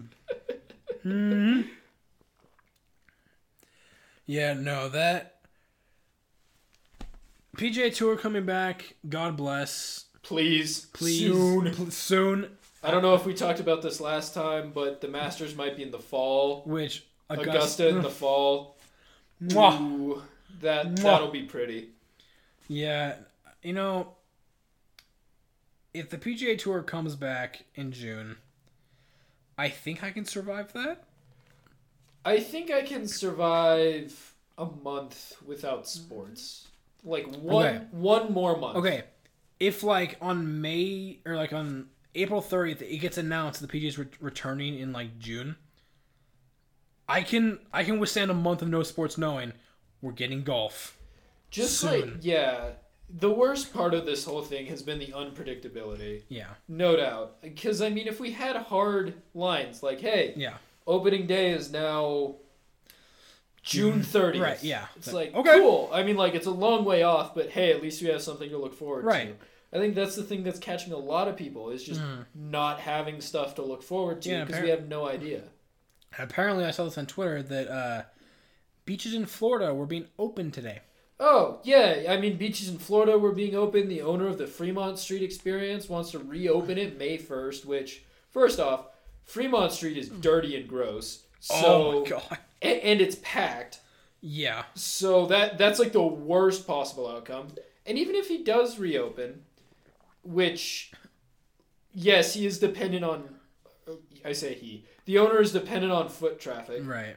Speaker 3: Yeah, no, that PJ Tour coming back. God bless.
Speaker 2: Please,
Speaker 3: Please
Speaker 2: soon.
Speaker 3: pl- soon.
Speaker 2: I don't know if we talked about this last time, but the Masters might be in the fall.
Speaker 3: Which Augusta?
Speaker 2: Augusta in the fall.
Speaker 3: Mwah.
Speaker 2: Ooh, that
Speaker 3: Mwah.
Speaker 2: that'll be pretty.
Speaker 3: Yeah, you know, if the PGA Tour comes back in June, I think I can survive that.
Speaker 2: I think I can survive a month without sports. Like one
Speaker 3: Okay.
Speaker 2: one more month.
Speaker 3: Okay, if like on May or like on April thirtieth, it gets announced the PGA is re- returning in like June. I can I can withstand a month of no sports, knowing we're getting golf.
Speaker 2: Just like
Speaker 3: Soon.
Speaker 2: yeah, the worst part of this whole thing has been the unpredictability.
Speaker 3: Yeah,
Speaker 2: No doubt. Cuz I mean if we had hard lines like hey,
Speaker 3: yeah,
Speaker 2: opening day is now June 30th.
Speaker 3: Mm-hmm. Right, yeah.
Speaker 2: It's
Speaker 3: But-
Speaker 2: like,
Speaker 3: okay.
Speaker 2: cool. I mean, like, it's a long way off, but hey, at least we have something to look forward
Speaker 3: Right. Mm.
Speaker 2: to. I think that's the thing that's catching a lot of people is just not having stuff to look forward to
Speaker 3: Yeah,
Speaker 2: because
Speaker 3: appar-
Speaker 2: we have no idea.
Speaker 3: Apparently, I saw this on Twitter that uh, beaches in Florida were being open today.
Speaker 2: Oh, yeah. I mean, beaches in Florida were being open. The owner of the Fremont Street Experience wants to reopen it May 1st, which, first off, Fremont Street is dirty and gross. So,
Speaker 3: Mm. oh my god!
Speaker 2: a- and it's packed.
Speaker 3: Yeah,
Speaker 2: So that that's like the worst possible outcome. And even if he does reopen, which yes, he is dependent on I say he. The owner is dependent on foot traffic.
Speaker 3: right.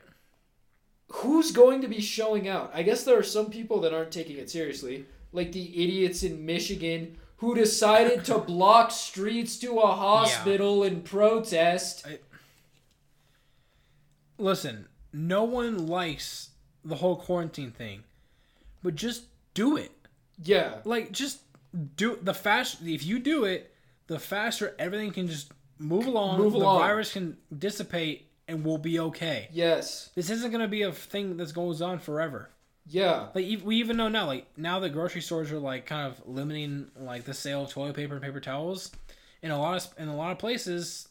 Speaker 2: Who's going to be showing out? I guess there are some people that aren't taking it seriously, like the idiots in Michigan who decided to block streets to a hospital and protest.
Speaker 3: Listen, no one likes the whole quarantine thing, but just do it.
Speaker 2: Yeah.
Speaker 3: like just do the fast if you do it the faster everything can just move along
Speaker 2: Move
Speaker 3: the
Speaker 2: along.
Speaker 3: virus can dissipate and we'll be okay
Speaker 2: Yes.
Speaker 3: this isn't going to be a thing that goes on forever
Speaker 2: Yeah.
Speaker 3: like ev- we even know now like now that grocery stores are like kind of limiting like the sale of toilet paper and paper towels in a lot of sp- in a lot of places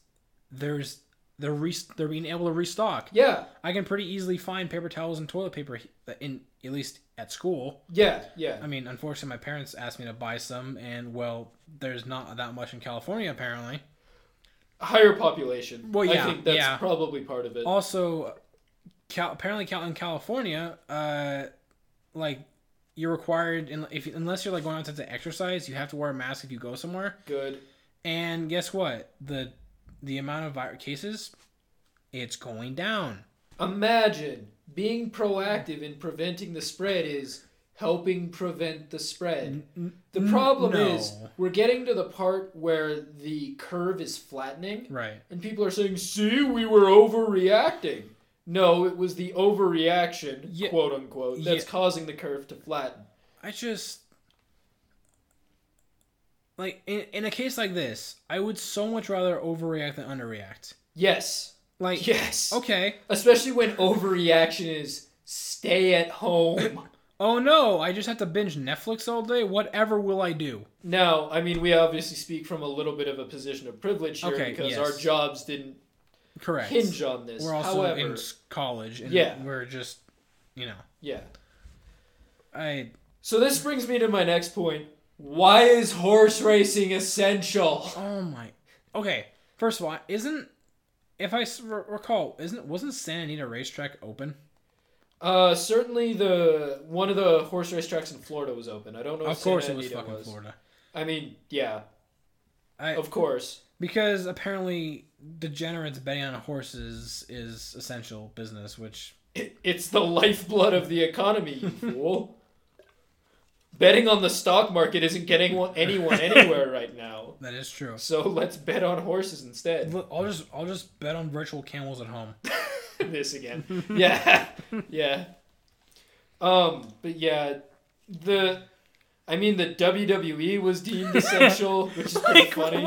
Speaker 3: there's they're re- they're being able to restock
Speaker 2: Yeah.
Speaker 3: i can pretty easily find paper towels and toilet paper he- in at least at school
Speaker 2: Yeah. Yeah.
Speaker 3: I mean, unfortunately, my parents asked me to buy some, and well, there's not that much in California apparently.
Speaker 2: higher population.
Speaker 3: Well, yeah,
Speaker 2: I think that's
Speaker 3: yeah.
Speaker 2: probably part of it.
Speaker 3: Also, Cal- apparently, Cal- in California, uh, like you're required, in- if unless you're like going outside to exercise, you have to wear a mask if you go somewhere.
Speaker 2: Good.
Speaker 3: And guess what? The the amount of vi- cases, it's going down.
Speaker 2: Imagine being proactive in preventing the spread is helping prevent the spread. The problem is
Speaker 3: no.
Speaker 2: we're getting to the part where the curve is flattening
Speaker 3: Right.
Speaker 2: and people are saying, "See, we were overreacting." No, it was the overreaction,
Speaker 3: Yeah.
Speaker 2: quote unquote, that's
Speaker 3: Yeah.
Speaker 2: causing the curve to flatten.
Speaker 3: I just like in, in a case like this, I would so much rather overreact than underreact.
Speaker 2: Yes.
Speaker 3: Like
Speaker 2: Yes.
Speaker 3: Okay.
Speaker 2: Especially when overreaction is stay at home.
Speaker 3: Oh no, I just have to binge Netflix all day. Whatever will I do?
Speaker 2: Now, I mean, we obviously speak from a little bit of a position of privilege here
Speaker 3: Okay,
Speaker 2: because
Speaker 3: yes.
Speaker 2: our jobs didn't
Speaker 3: Correct.
Speaker 2: hinge on this.
Speaker 3: We're also
Speaker 2: However,
Speaker 3: in s- college, and
Speaker 2: Yeah.
Speaker 3: we're just, you know,
Speaker 2: yeah.
Speaker 3: I
Speaker 2: So this brings me to my next point. Why is horse racing essential?
Speaker 3: oh my. Okay, first of all, isn't if I s- re- recall, isn't wasn't Santa Anita racetrack open?
Speaker 2: Uh, certainly the one of the horse race tracks in Florida was open. I don't know.
Speaker 3: Of
Speaker 2: if
Speaker 3: course,
Speaker 2: Oh, Santa
Speaker 3: it was
Speaker 2: Anita
Speaker 3: fucking
Speaker 2: was.
Speaker 3: Florida.
Speaker 2: I mean, yeah,
Speaker 3: I,
Speaker 2: of course.
Speaker 3: because apparently degenerates betting on horses is essential business, which
Speaker 2: It, it's the lifeblood of the economy, you fool. Betting on the stock market isn't getting one- anyone anywhere right now.
Speaker 3: that is true.
Speaker 2: So let's bet on horses instead.
Speaker 3: Look, I'll just I'll just bet on virtual camels at home.
Speaker 2: this again. Yeah. yeah. Um, but yeah, the I mean the WWE was deemed essential, which is pretty funny.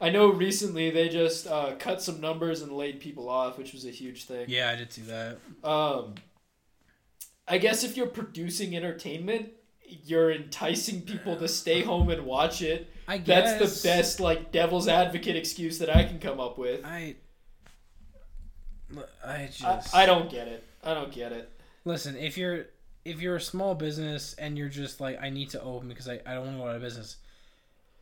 Speaker 2: I know recently they just uh, cut some numbers and laid people off, which was a huge thing.
Speaker 3: Yeah, I did see that.
Speaker 2: Um I guess if you're producing entertainment, you're enticing people to stay home and watch it.
Speaker 3: I guess
Speaker 2: That's the best like devil's advocate excuse that I can come up with.
Speaker 3: I I
Speaker 2: I,
Speaker 3: just
Speaker 2: I don't get it. I don't get it.
Speaker 3: listen. If you're if you're a small business and you're just like I need to open because I, I don't want to go out of business,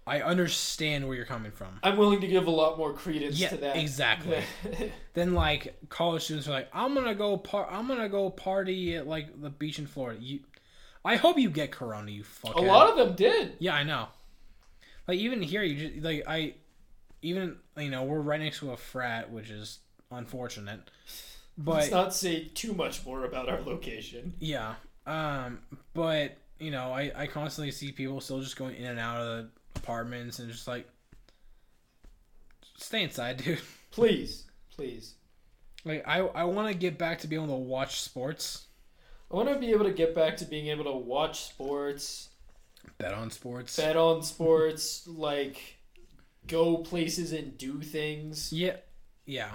Speaker 3: I understand where you're coming from.
Speaker 2: I'm willing to give a lot more credence
Speaker 3: Yeah,
Speaker 2: to that.
Speaker 3: exactly. then like college students are like, I'm gonna go par- I'm gonna go party at like the beach in Florida. You, I hope you get corona. You fuckhead.
Speaker 2: a lot of them did.
Speaker 3: Yeah, I know. Like even here, you just like I, even you know we're right next to a frat, which is unfortunate. But
Speaker 2: Let's not say too much more about our location.
Speaker 3: yeah, um, but you know I I constantly see people still just going in and out of the apartments and just like stay inside, dude.
Speaker 2: Please, please.
Speaker 3: Like I I want to get back to being able to watch sports,
Speaker 2: I want to be able to get back to being able to watch sports,
Speaker 3: bet on sports.
Speaker 2: bet on sports, like go places and do things.
Speaker 3: Yeah, yeah.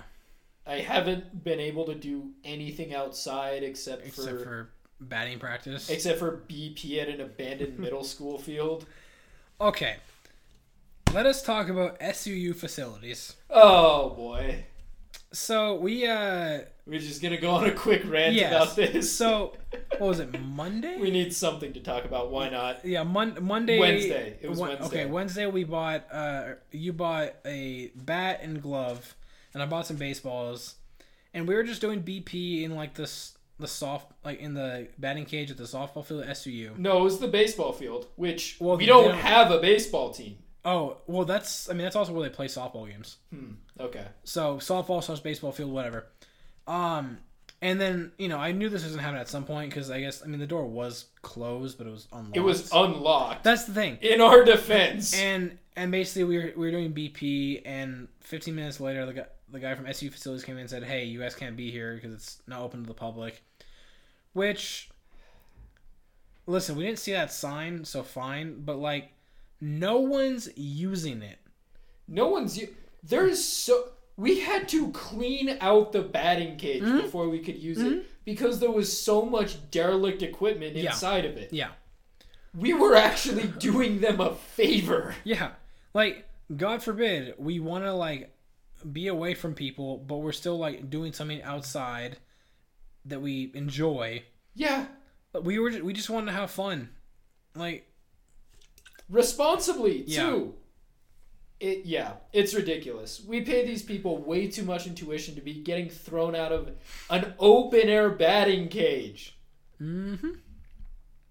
Speaker 2: I haven't been able to do anything outside except,
Speaker 3: Except
Speaker 2: for,
Speaker 3: for batting practice.
Speaker 2: except for BP at an abandoned middle school field.
Speaker 3: okay, let us talk about SUU facilities.
Speaker 2: Oh boy.
Speaker 3: So we uh
Speaker 2: We're just going to go on a quick rant
Speaker 3: Yes.
Speaker 2: about this.
Speaker 3: so what was it Monday?
Speaker 2: we need something to talk about. Why not?
Speaker 3: yeah, Mon- Monday.
Speaker 2: Wednesday. It was
Speaker 3: Wed-
Speaker 2: Wednesday.
Speaker 3: Okay, Wednesday we bought uh you bought a bat and glove, and I bought some baseballs, and we were just doing BP in like this the soft like in the batting cage at the softball field at SUU.
Speaker 2: No, it was the baseball field, which
Speaker 3: Well,
Speaker 2: we
Speaker 3: they
Speaker 2: don't,
Speaker 3: don't-
Speaker 2: have a baseball team.
Speaker 3: Oh well, that's I mean that's also where they play softball games.
Speaker 2: Okay.
Speaker 3: So softball slash baseball field, whatever. Um, and then you know I knew this was gonna happen at some point because I guess I mean the door was closed, but it was unlocked.
Speaker 2: It was unlocked.
Speaker 3: That's the thing.
Speaker 2: In our defense.
Speaker 3: And and basically we were, we were doing BP, and 15 minutes later the guy the guy from SU facilities came in and said, "Hey, you guys can't be here because it's not open to the public." Which, listen, we didn't see that sign, so fine. But like, no one's using it.
Speaker 2: no one's. u- There's so. We had to clean out the batting cage
Speaker 3: Hmm?
Speaker 2: before we could use it because there was so much derelict equipment
Speaker 3: Yeah.
Speaker 2: inside of it.
Speaker 3: Yeah.
Speaker 2: We were actually doing them a favor.
Speaker 3: Yeah. Like, God forbid we want to, like, be away from people, but we're still, like, doing something outside that we enjoy.
Speaker 2: Yeah.
Speaker 3: But we were, we just wanted to have fun. Like,
Speaker 2: Responsibly,
Speaker 3: Yeah.
Speaker 2: too. It, yeah, it's ridiculous. We pay these people way too much in tuition to be getting thrown out of an open air batting cage.
Speaker 3: mm-hmm.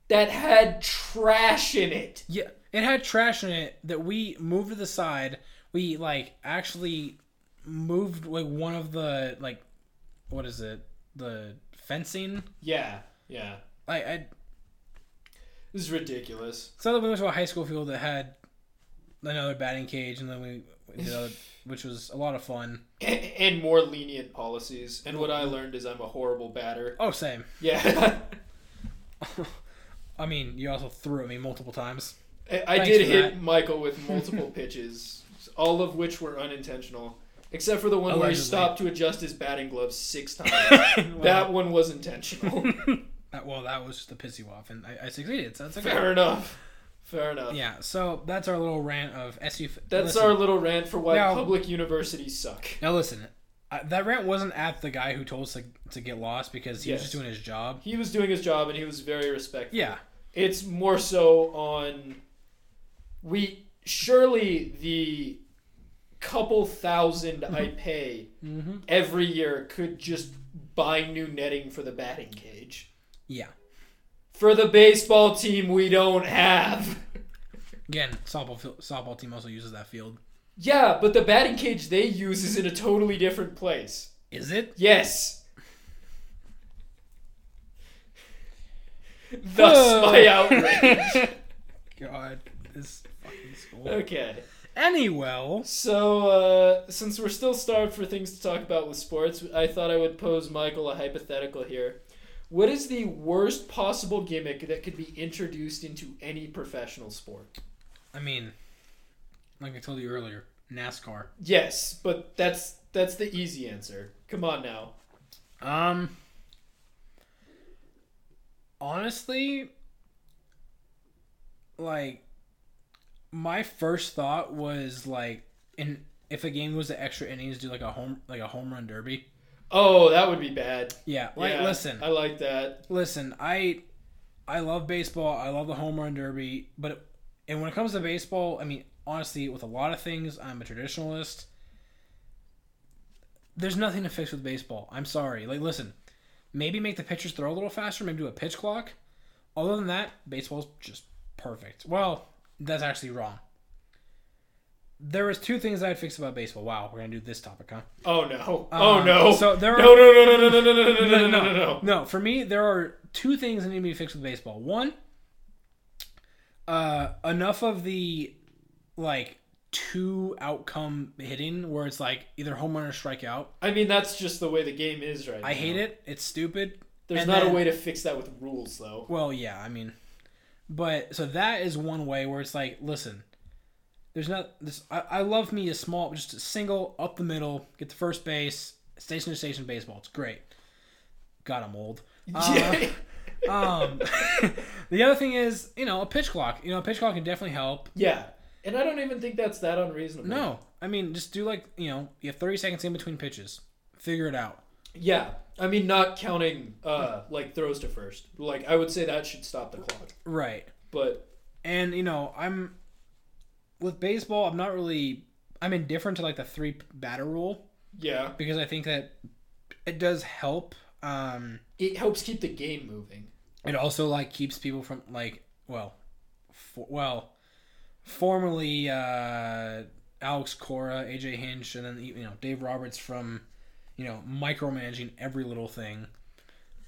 Speaker 2: that had trash in it.
Speaker 3: Yeah. It had trash in it that we moved to the side. We, like, actually moved, like, one of the, like, what is it? The fencing?
Speaker 2: Yeah, yeah.
Speaker 3: I, I,
Speaker 2: This is ridiculous.
Speaker 3: so that we went to a high school field that had another batting cage, and then we, we did other, which was a lot of fun.
Speaker 2: And, and more lenient policies. And what I learned is I'm a horrible batter.
Speaker 3: Oh, same.
Speaker 2: Yeah.
Speaker 3: I mean, you also threw at me multiple times.
Speaker 2: I, I
Speaker 3: Thanks
Speaker 2: did
Speaker 3: for
Speaker 2: hit
Speaker 3: that.
Speaker 2: Michael with multiple pitches, all of which were unintentional, except for the one where he
Speaker 3: Allegedly.
Speaker 2: stopped to adjust his batting gloves six times. that one was intentional.
Speaker 3: That- well, that was just to piss you off, and I, I succeeded. So that's okay.
Speaker 2: Fair enough. Fair enough.
Speaker 3: Yeah. So that's our little rant of SU.
Speaker 2: That's
Speaker 3: listen,
Speaker 2: our little rant for why
Speaker 3: Now-
Speaker 2: public universities suck.
Speaker 3: Now listen, I, that rant wasn't at the guy who told us to, to get lost because he
Speaker 2: Yes.
Speaker 3: was just doing his job.
Speaker 2: He was doing his job and he was very respectful.
Speaker 3: Yeah.
Speaker 2: it's more so on we surely the couple thousand I pay every year could just buy new netting for the batting cage.
Speaker 3: Yeah.
Speaker 2: For the baseball team we don't have.
Speaker 3: Again, softball fil- softball team also uses that field.
Speaker 2: Yeah, but the batting cage they use is in a totally different place.
Speaker 3: Is it?
Speaker 2: Yes. Thus my outrage.
Speaker 3: God, this fucking school.
Speaker 2: okay.
Speaker 3: Anyway,
Speaker 2: So, uh, since we're still starved for things to talk about with sports, I thought I would pose Michael a hypothetical here. What is the worst possible gimmick that could be introduced into any professional sport?
Speaker 3: I mean, like I told you earlier, NASCAR.
Speaker 2: Yes, but that's that's the easy answer. Come on now.
Speaker 3: Um, honestly, like my first thought was like, in if a game was the extra innings, do like a home like a home run derby.
Speaker 2: Oh, that would be bad.
Speaker 3: Yeah, like
Speaker 2: Yeah,
Speaker 3: listen,
Speaker 2: I like that.
Speaker 3: listen, I I love baseball. I love the home run derby, but and when it comes to baseball, I mean, honestly, with a lot of things, I'm a traditionalist. There's nothing to fix with baseball. I'm sorry. Like listen, maybe make the pitchers throw a little faster, maybe do a pitch clock. Other than that, baseball's just perfect. Well, that's actually wrong. There was two things I'd fix about baseball. Wow, we're gonna do this topic, huh?
Speaker 2: Oh no.
Speaker 3: Uh,
Speaker 2: oh no.
Speaker 3: so there are-
Speaker 2: no, no, no, no, no, no, no, no, no, no,
Speaker 3: no,
Speaker 2: no, no, no.
Speaker 3: no. For me, there are two things that need to be fixed with baseball. One, uh, enough of the like two outcome hitting where it's like either home run or strikeout.
Speaker 2: I mean, that's just the way the game is right now.
Speaker 3: I hate it. It's stupid.
Speaker 2: There's
Speaker 3: And
Speaker 2: not
Speaker 3: then-
Speaker 2: a way to fix that with rules, though.
Speaker 3: Well, yeah, I mean, but so that is one way where it's like, listen, there's not this. I, I love me a small, just a single up the middle, get to first base, station to station baseball. It's great. God, I'm old. Uh, um, the other thing is, you know, a pitch clock. You know, a pitch clock can definitely help.
Speaker 2: yeah. And I don't even think that's that unreasonable.
Speaker 3: No, I mean, just do like, you know, you have 30 seconds in between pitches. Figure it out.
Speaker 2: Yeah. I mean, not counting uh like throws to first. Like I would say that should stop the clock.
Speaker 3: Right.
Speaker 2: But
Speaker 3: And you know, I'm with baseball. I'm not really. I'm indifferent to like the three batter rule
Speaker 2: yeah,
Speaker 3: because I think that it does help. Um,
Speaker 2: it helps keep the game moving.
Speaker 3: it also like keeps people from like well, for, well, formerly uh, Alex Cora, AJ Hinch, and then you know Dave Roberts from you know micromanaging every little thing.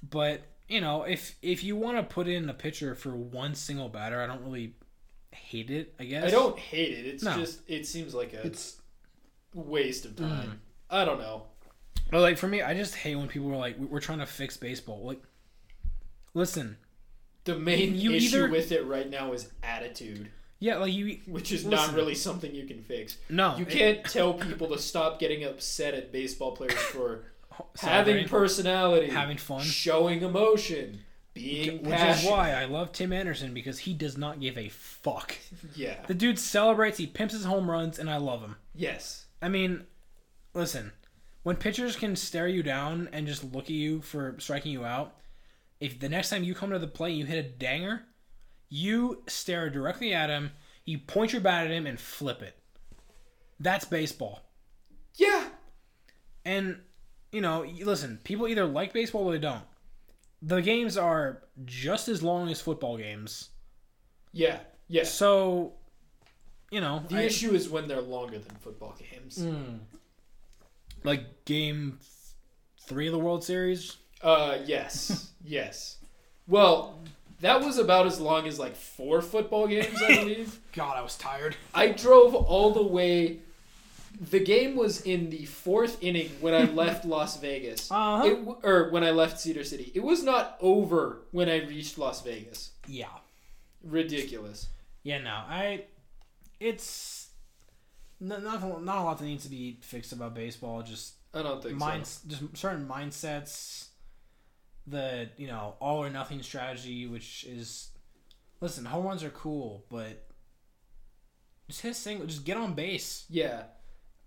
Speaker 3: But you know if if you want to put in a pitcher for one single batter, I don't really hate it. I guess
Speaker 2: I don't hate it. It's
Speaker 3: No.
Speaker 2: just it seems like a
Speaker 3: It's Mm.
Speaker 2: waste of time. I don't know.
Speaker 3: But like for me, I just hate when people are like, "We- "We're trying to fix baseball." Like, listen,
Speaker 2: The main
Speaker 3: You
Speaker 2: issue
Speaker 3: either-
Speaker 2: with it right now is attitude,
Speaker 3: yeah, like you,
Speaker 2: which is not
Speaker 3: Listen.
Speaker 2: really something you can fix.
Speaker 3: no,
Speaker 2: You
Speaker 3: it-
Speaker 2: can't tell people to stop getting upset at baseball players for having
Speaker 3: celebrating,
Speaker 2: personality,
Speaker 3: having fun,
Speaker 2: showing emotion, being
Speaker 3: which is
Speaker 2: passionate.
Speaker 3: why I love Tim Anderson because he does not give a fuck.
Speaker 2: Yeah.
Speaker 3: The dude celebrates, he pimps his home runs, and I love him.
Speaker 2: Yes.
Speaker 3: I mean, listen, when pitchers can stare you down and just look at you for striking you out, if the next time you come to the plate and you hit a danger, you stare directly at him, you point your bat at him, and flip it. That's baseball.
Speaker 2: Yeah.
Speaker 3: And you know, y- listen, people either like baseball or they don't. The games are just as long as football games.
Speaker 2: Yeah. Yes.
Speaker 3: So, you know,
Speaker 2: The
Speaker 3: I- Mm.
Speaker 2: issue is when they're longer than football games.
Speaker 3: like game 3 of the World Series,
Speaker 2: Uh, yes. yes. Well, that was about as long as like four football games, I believe.
Speaker 3: god, I was tired.
Speaker 2: I drove all the way. The game was in the fourth inning when I left Las Vegas.
Speaker 3: Uh-huh.
Speaker 2: It w- or when I left Cedar City. It was not over when I reached Las Vegas.
Speaker 3: Yeah.
Speaker 2: Ridiculous.
Speaker 3: Yeah, no. I it's n- not a- not a lot that needs to be fixed about baseball, just
Speaker 2: I don't think so.
Speaker 3: minds just certain mindsets the you know all or nothing strategy which is listen home runs are cool but just hit a single just get on base
Speaker 2: Yeah.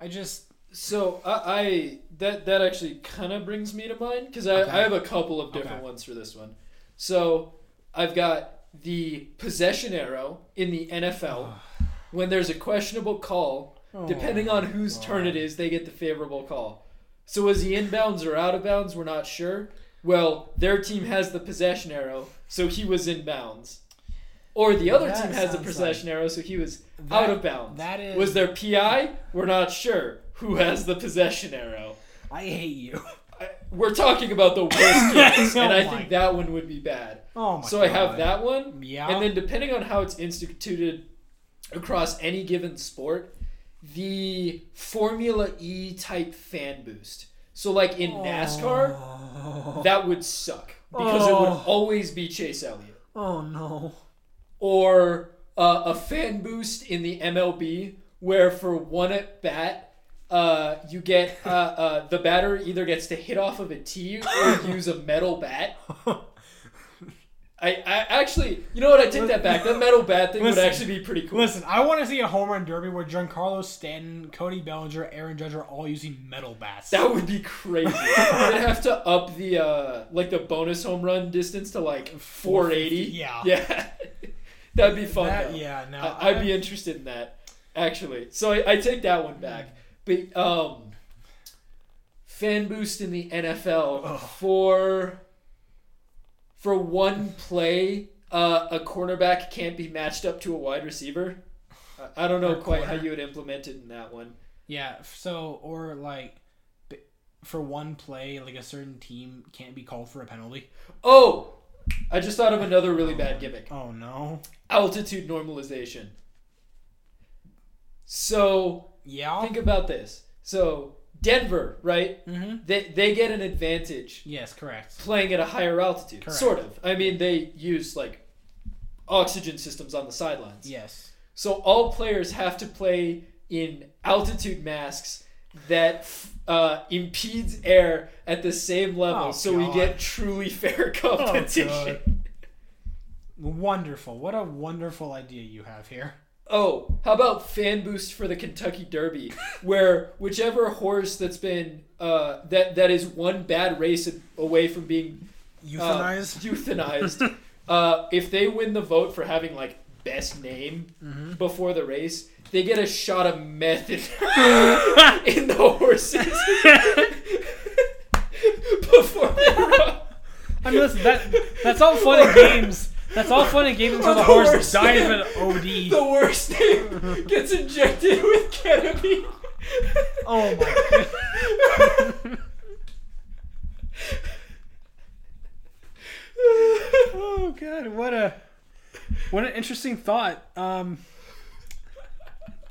Speaker 3: i just
Speaker 2: So I, I that that actually kind of brings me to mind because I,
Speaker 3: Okay.
Speaker 2: I have a couple of different
Speaker 3: Okay.
Speaker 2: ones for this one. So I've got the possession arrow in the NFL when there's a questionable call. Depending on whose turn it is, they get the favorable call. So was he inbounds or out of bounds? We're not sure. Well, their team has the possession arrow, so he was inbounds. Or the other
Speaker 4: That
Speaker 2: team has the
Speaker 4: sounds
Speaker 2: possession arrow, so he was
Speaker 3: That-
Speaker 2: out of bounds.
Speaker 3: that is-
Speaker 2: Was there PI? We're not sure. Who has the possession arrow?
Speaker 3: I hate you.
Speaker 2: I, we're talking about the worst games, and
Speaker 3: Oh
Speaker 2: I
Speaker 3: my
Speaker 2: think that one would be bad.
Speaker 4: Oh my
Speaker 2: so I have
Speaker 4: God.
Speaker 2: that one.
Speaker 3: Yeah.
Speaker 2: And then depending on how it's instituted across any given sport, the Formula E type fan boost. So like in
Speaker 3: Oh.
Speaker 2: NASCAR, that would suck because it would
Speaker 4: Oh.
Speaker 2: always be Chase Elliott
Speaker 4: Oh no.
Speaker 2: or uh, a fan boost in the MLB where for one at bat, uh, you get uh, uh, the batter either gets to hit off of a tee or use a metal bat. I, I actually, you know what? I take that back. That metal bat thing
Speaker 3: Listen.
Speaker 2: would actually be pretty cool.
Speaker 3: Listen, I want to see a home run derby where Giancarlo Stanton, Cody Bellinger, Aaron Judge are all using metal bats.
Speaker 2: That would be crazy. They'd have to up the uh, like the bonus home run distance to like 480.
Speaker 3: yeah.
Speaker 2: yeah, that'd be fun.
Speaker 3: That-
Speaker 2: though.
Speaker 3: yeah, no,
Speaker 2: I, I'd
Speaker 3: I-
Speaker 2: be interested in that actually. So I, I take that one back.
Speaker 3: Mm.
Speaker 2: But um, fan boost in the NFL for for one play, uh, a cornerback can't be matched up to a wide receiver. I- I don't know quite how you would implement it in that one.
Speaker 3: yeah. f- So or like, b- for one play, like a certain team can't be called for a penalty.
Speaker 2: Oh, I just thought of another really bad gimmick.
Speaker 3: Oh no.
Speaker 2: Altitude normalization. So
Speaker 3: Yeah.
Speaker 2: think about this. So Denver, right?
Speaker 3: Mhm.
Speaker 2: They they get an advantage
Speaker 3: yes, correct.
Speaker 2: playing at a higher altitude.
Speaker 3: Correct.
Speaker 2: Sort of. I mean, they use like oxygen systems on the sidelines.
Speaker 3: Yes.
Speaker 2: So all players have to play in altitude masks that uh, impedes air at the same level,
Speaker 3: Oh,
Speaker 2: so we
Speaker 3: God. Oh,
Speaker 2: get truly fair competition.
Speaker 3: Wonderful. What a wonderful idea you have here.
Speaker 2: Oh, how about fan boost for the Kentucky Derby, where whichever horse that's been uh, that that is one bad race away from being uh, euthanized, uh, if they win the vote for having like best name before the race, they get a shot of meth in, in the horses before they run.
Speaker 3: I mean, listen, that that's all fun and games. That's all fun and games until the horse
Speaker 2: Horse.
Speaker 3: dies of an OD.
Speaker 2: The worst name gets injected with ketamine.
Speaker 3: Oh my god. Oh god, what a what an interesting thought. Um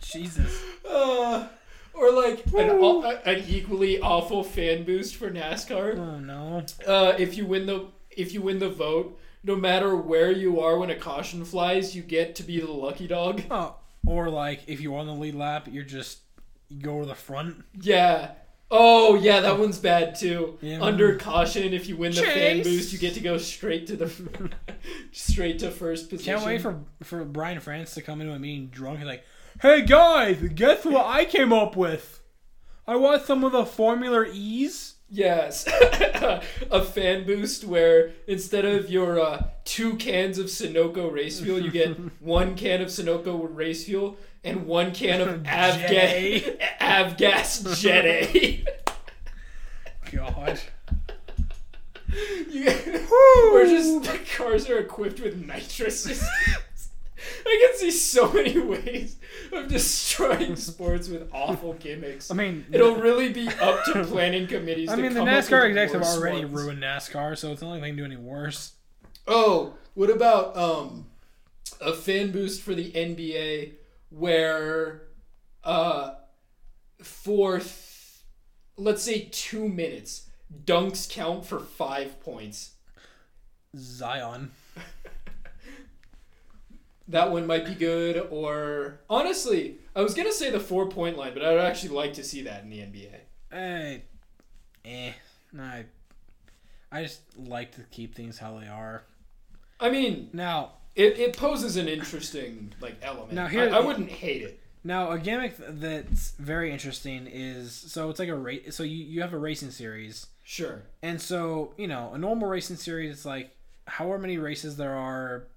Speaker 3: Jesus.
Speaker 2: Uh, or like an, aw- an equally awful fan boost for NASCAR.
Speaker 3: Oh no.
Speaker 2: Uh, if you win the if you win the vote, no matter where you are when a caution flies, you get to be the lucky dog.
Speaker 3: Oh, or like if you're on the lead lap, you're just you go to the front.
Speaker 2: Yeah. Oh yeah, that one's bad too.
Speaker 3: Yeah.
Speaker 2: Under caution, if you win the fan
Speaker 3: Chase.
Speaker 2: boost, you get to go straight to the straight to first position.
Speaker 3: Can't wait for for Brian France to come into a meeting drunk and like, "Hey guys, guess what I came up with? I want some of the Formula E's."
Speaker 2: Yes, a fan boost where instead of your uh, two cans of Sunoco race fuel, you get one can of Sunoco race fuel and one can of Avgas
Speaker 3: Jet
Speaker 2: Avgas Jet A.
Speaker 3: God.
Speaker 2: You- We're just the cars are equipped with nitrous. systems. I can see so many ways of destroying sports with awful gimmicks.
Speaker 3: I mean,
Speaker 2: It'll really be up to planning committees.
Speaker 3: I
Speaker 2: to
Speaker 3: mean, the
Speaker 2: come up with
Speaker 3: NASCAR execs have
Speaker 2: worse
Speaker 3: already
Speaker 2: ones.
Speaker 3: ruined NASCAR, so it's not like they can do any worse.
Speaker 2: Oh, what about um a fan boost for the NBA where uh for th- let's say 2 minutes dunks count for 5 points.
Speaker 3: Zion.
Speaker 2: That one might be good or honestly, I was going to say the 4 point line, but I'd actually like to see that in the NBA.
Speaker 3: I, Uh, eh, no, I, I just like to keep things how they are.
Speaker 2: I mean,
Speaker 3: Now,
Speaker 2: it, it poses an interesting like element.
Speaker 3: Now here-
Speaker 2: I, I wouldn't hate it.
Speaker 3: now a gimmick that's very interesting is so it's like a race. So you you have a racing series,
Speaker 2: Sure.
Speaker 3: and so you know a normal racing series is like however many races there are,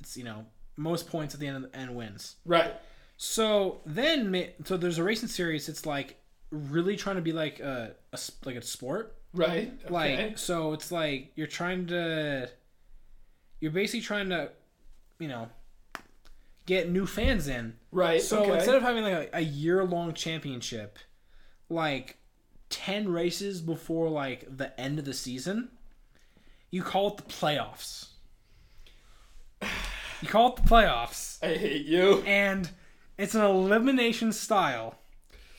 Speaker 3: it's you know most points at the end and wins.
Speaker 2: Right.
Speaker 3: So then, ma- so there's a racing series. It's like really trying to be like a, a s- like a sport.
Speaker 2: Right.
Speaker 3: Like
Speaker 2: Okay.
Speaker 3: so, it's like you're trying to, you're basically trying to, you know, get new fans in.
Speaker 2: right.
Speaker 3: So
Speaker 2: okay.
Speaker 3: instead of having like a, a year long championship, like ten races before like the end of the season, you call it the playoffs. You call it the playoffs,
Speaker 2: I hate you.
Speaker 3: and it's an elimination style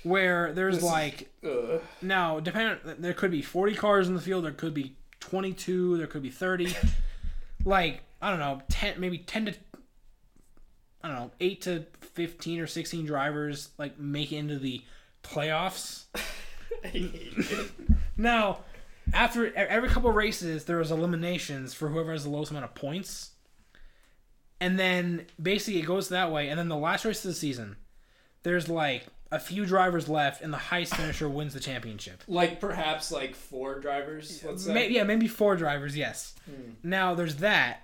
Speaker 3: where there's like
Speaker 2: Ugh.
Speaker 3: now depending there could be 40 cars in the field, there could be 22, there could be 30. like I don't know, 10 maybe 10 to I don't know, 8 to 15 or 16 drivers like make it into the playoffs.
Speaker 2: I hate you.
Speaker 3: Now, after e- every couple races, there was eliminations for whoever has the lowest amount of points. And then basically it goes that way. And then the last race of the season, there's like a few drivers left, and the highest finisher wins the championship.
Speaker 2: like perhaps like four drivers. Let's say.
Speaker 3: May, yeah, maybe four drivers. Yes. Now there's that,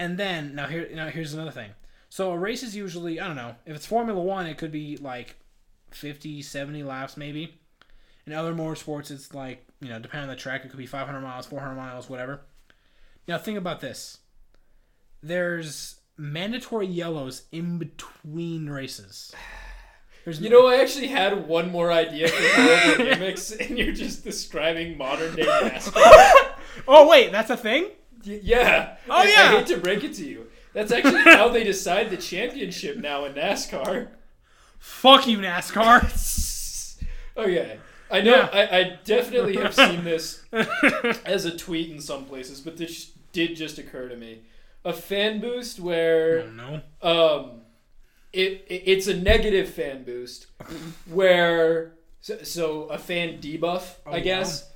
Speaker 3: and then now here now here's another thing. So a race is usually I don't know if it's Formula One, it could be like 50, 70 laps maybe. In other motorsports, it's like you know depending on the track, it could be 500 miles, 400 miles, whatever. Now think about this. There's mandatory yellows in between races. There's
Speaker 2: You know, I actually had one more idea for horrible gimmicks, and you're just describing modern day NASCAR.
Speaker 3: oh wait, that's a thing.
Speaker 2: Y- yeah. Oh
Speaker 3: yeah.
Speaker 2: I hate to break it to you. That's actually how they decide the championship now in NASCAR.
Speaker 3: Fuck you, NASCAR.
Speaker 2: Okay. Oh, I know.
Speaker 3: Yeah.
Speaker 2: I, I definitely have seen this as a tweet in some places, but this did just occur to me. A fan boost where.
Speaker 3: oh no.
Speaker 2: um, it, it it's a negative fan boost where so, so a fan debuff, I
Speaker 3: wow.
Speaker 2: guess,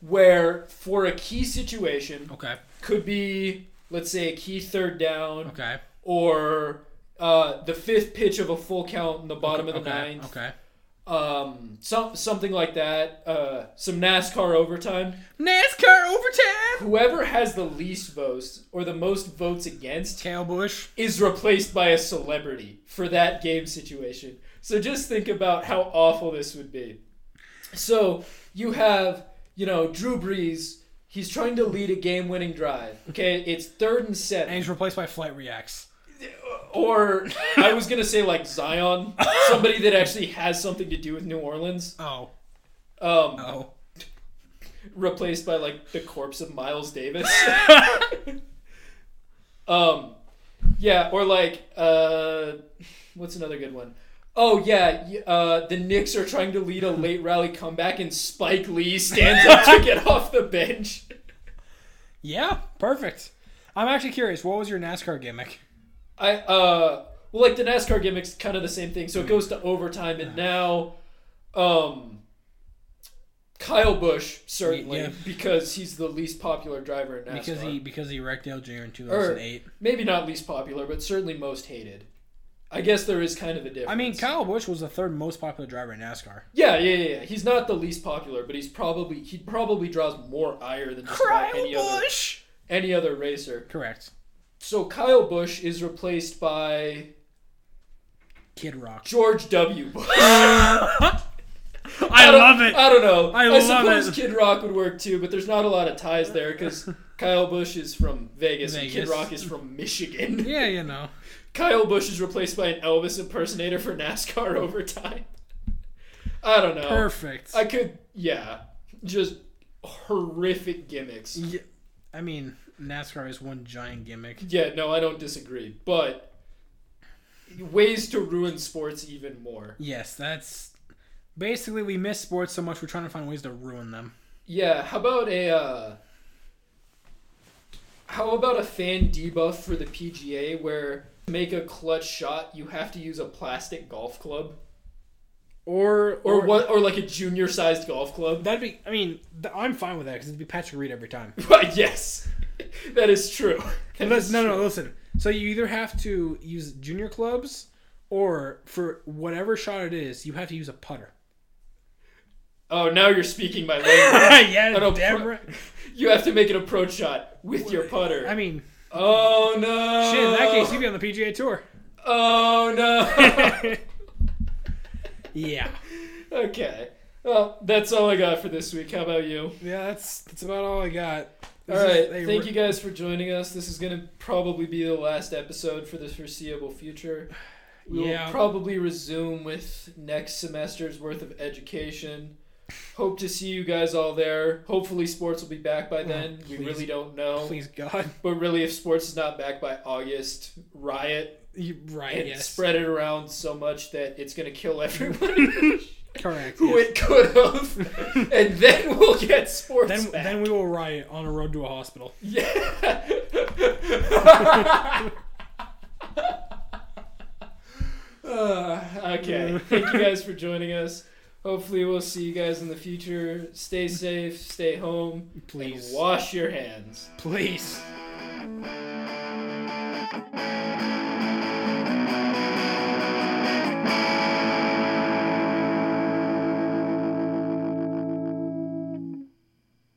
Speaker 2: where for a key situation
Speaker 3: Okay.
Speaker 2: could be let's say a key third down
Speaker 3: Okay.
Speaker 2: or uh, the fifth pitch of a full count in the bottom of the
Speaker 3: okay,
Speaker 2: ninth,
Speaker 3: Okay.
Speaker 2: um, some something like that, uh, some NASCAR overtime.
Speaker 3: NASCAR overtime.
Speaker 2: Whoever has the least votes or the most votes against
Speaker 3: Tail Bush.
Speaker 2: is replaced by a celebrity for that game situation. So just think about how awful this would be. So you have, you know, Drew Brees. He's trying to lead a game-winning drive. Okay, it's third and
Speaker 3: And
Speaker 2: seven.
Speaker 3: he's replaced by Flight Reacts.
Speaker 2: Or I was gonna say like Zion, somebody that actually has something to do with New Orleans,
Speaker 3: Oh.
Speaker 2: um,
Speaker 3: Oh.
Speaker 2: replaced by like the corpse of Miles Davis. Um, yeah, or like, uh, what's another good one? Oh yeah, y- uh, the Knicks are trying to lead a late rally comeback, and Spike Lee stands up to get off the bench.
Speaker 3: Yeah. Perfect. I'm actually curious. What was your NASCAR gimmick?
Speaker 2: I uh, well, like the NASCAR gimmick's kind of the same thing,
Speaker 3: Hmm.
Speaker 2: so it goes to overtime, and now, um, Kyle Bush certainly
Speaker 3: Yeah.
Speaker 2: because he's the least popular driver in NASCAR. Er.
Speaker 3: Because he because he wrecked Dale Jr. in
Speaker 2: or
Speaker 3: 2008.
Speaker 2: maybe not least popular, but certainly most hated. I guess there is kind of a difference.
Speaker 3: I mean, Kyle Busch was the third most popular driver in NASCAR.
Speaker 2: Yeah, yeah, yeah. yeah. He's not the least popular, but he's probably he probably draws more ire than just about any other any other racer.
Speaker 3: Correct.
Speaker 2: So Kyle Bush is replaced by
Speaker 3: Kid Rock.
Speaker 2: George W. Bush.
Speaker 3: I
Speaker 2: don't- I don't know.
Speaker 3: I
Speaker 2: I,
Speaker 3: love
Speaker 2: suppose
Speaker 3: it.
Speaker 2: Kid Rock would work too, but there's not a lot of ties there because Kyle Bush is from Vegas, and Kid
Speaker 3: Vegas.
Speaker 2: Rock is from Michigan.
Speaker 3: Yeah, you know.
Speaker 2: Kyle Bush is replaced by an Elvis impersonator for NASCAR overtime. I don't know.
Speaker 3: Perfect.
Speaker 2: Oh. I could, yeah, just horrific gimmicks.
Speaker 3: Yeah. I mean, NASCAR is one giant gimmick.
Speaker 2: Yeah, no, I don't disagree. But ways to ruin sports even more.
Speaker 3: Yes, that's basically we miss sports so much we're trying to find ways to ruin them.
Speaker 2: Yeah, how about a uh how about a fan debuff for the PGA where to make a clutch shot you have to use a plastic golf club
Speaker 3: Or
Speaker 2: or what or like a junior sized golf club?
Speaker 3: That'd be. I mean, th- I'm fine with that because it'd be Patrick Reed every time.
Speaker 2: yes. That is true. That
Speaker 3: But
Speaker 2: is
Speaker 3: no,
Speaker 2: true.
Speaker 3: no, listen. So you either have to use junior clubs, or for whatever shot it is, you have to use a putter.
Speaker 2: Oh, now you're speaking my language.
Speaker 3: yeah,
Speaker 2: know, damn right. you have to make an approach shot with your putter.
Speaker 3: I mean,
Speaker 2: oh no.
Speaker 3: Oh. shit. In that case, you'd be on the PGA Tour.
Speaker 2: Oh no.
Speaker 3: yeah.
Speaker 2: okay. Well, that's all I got for this week. How about you?
Speaker 3: Yeah, that's that's about all I got.
Speaker 2: All right. Thank you guys for joining us. This is going to probably be the last episode for the foreseeable future. We
Speaker 3: Yeah.
Speaker 2: will probably resume with next semester's worth of education. Hope to see you guys all there. Hopefully, sports will be back by then. we
Speaker 3: Oh, please.
Speaker 2: really don't know.
Speaker 3: Please God,
Speaker 2: But really, if sports is not back by August, riot
Speaker 3: you right?
Speaker 2: and
Speaker 3: Yes,
Speaker 2: spread it around so much that it's going to kill everyone
Speaker 3: correct.
Speaker 2: who
Speaker 3: yes.
Speaker 2: it could have. and then we'll get sports
Speaker 3: Then
Speaker 2: back.
Speaker 3: then we will riot on a road to a hospital.
Speaker 2: Yeah. Uh, okay. Thank you guys for joining us. Hopefully, we'll see you guys in the future. Stay safe, stay home,
Speaker 3: Please.
Speaker 2: and wash your hands.
Speaker 3: Please.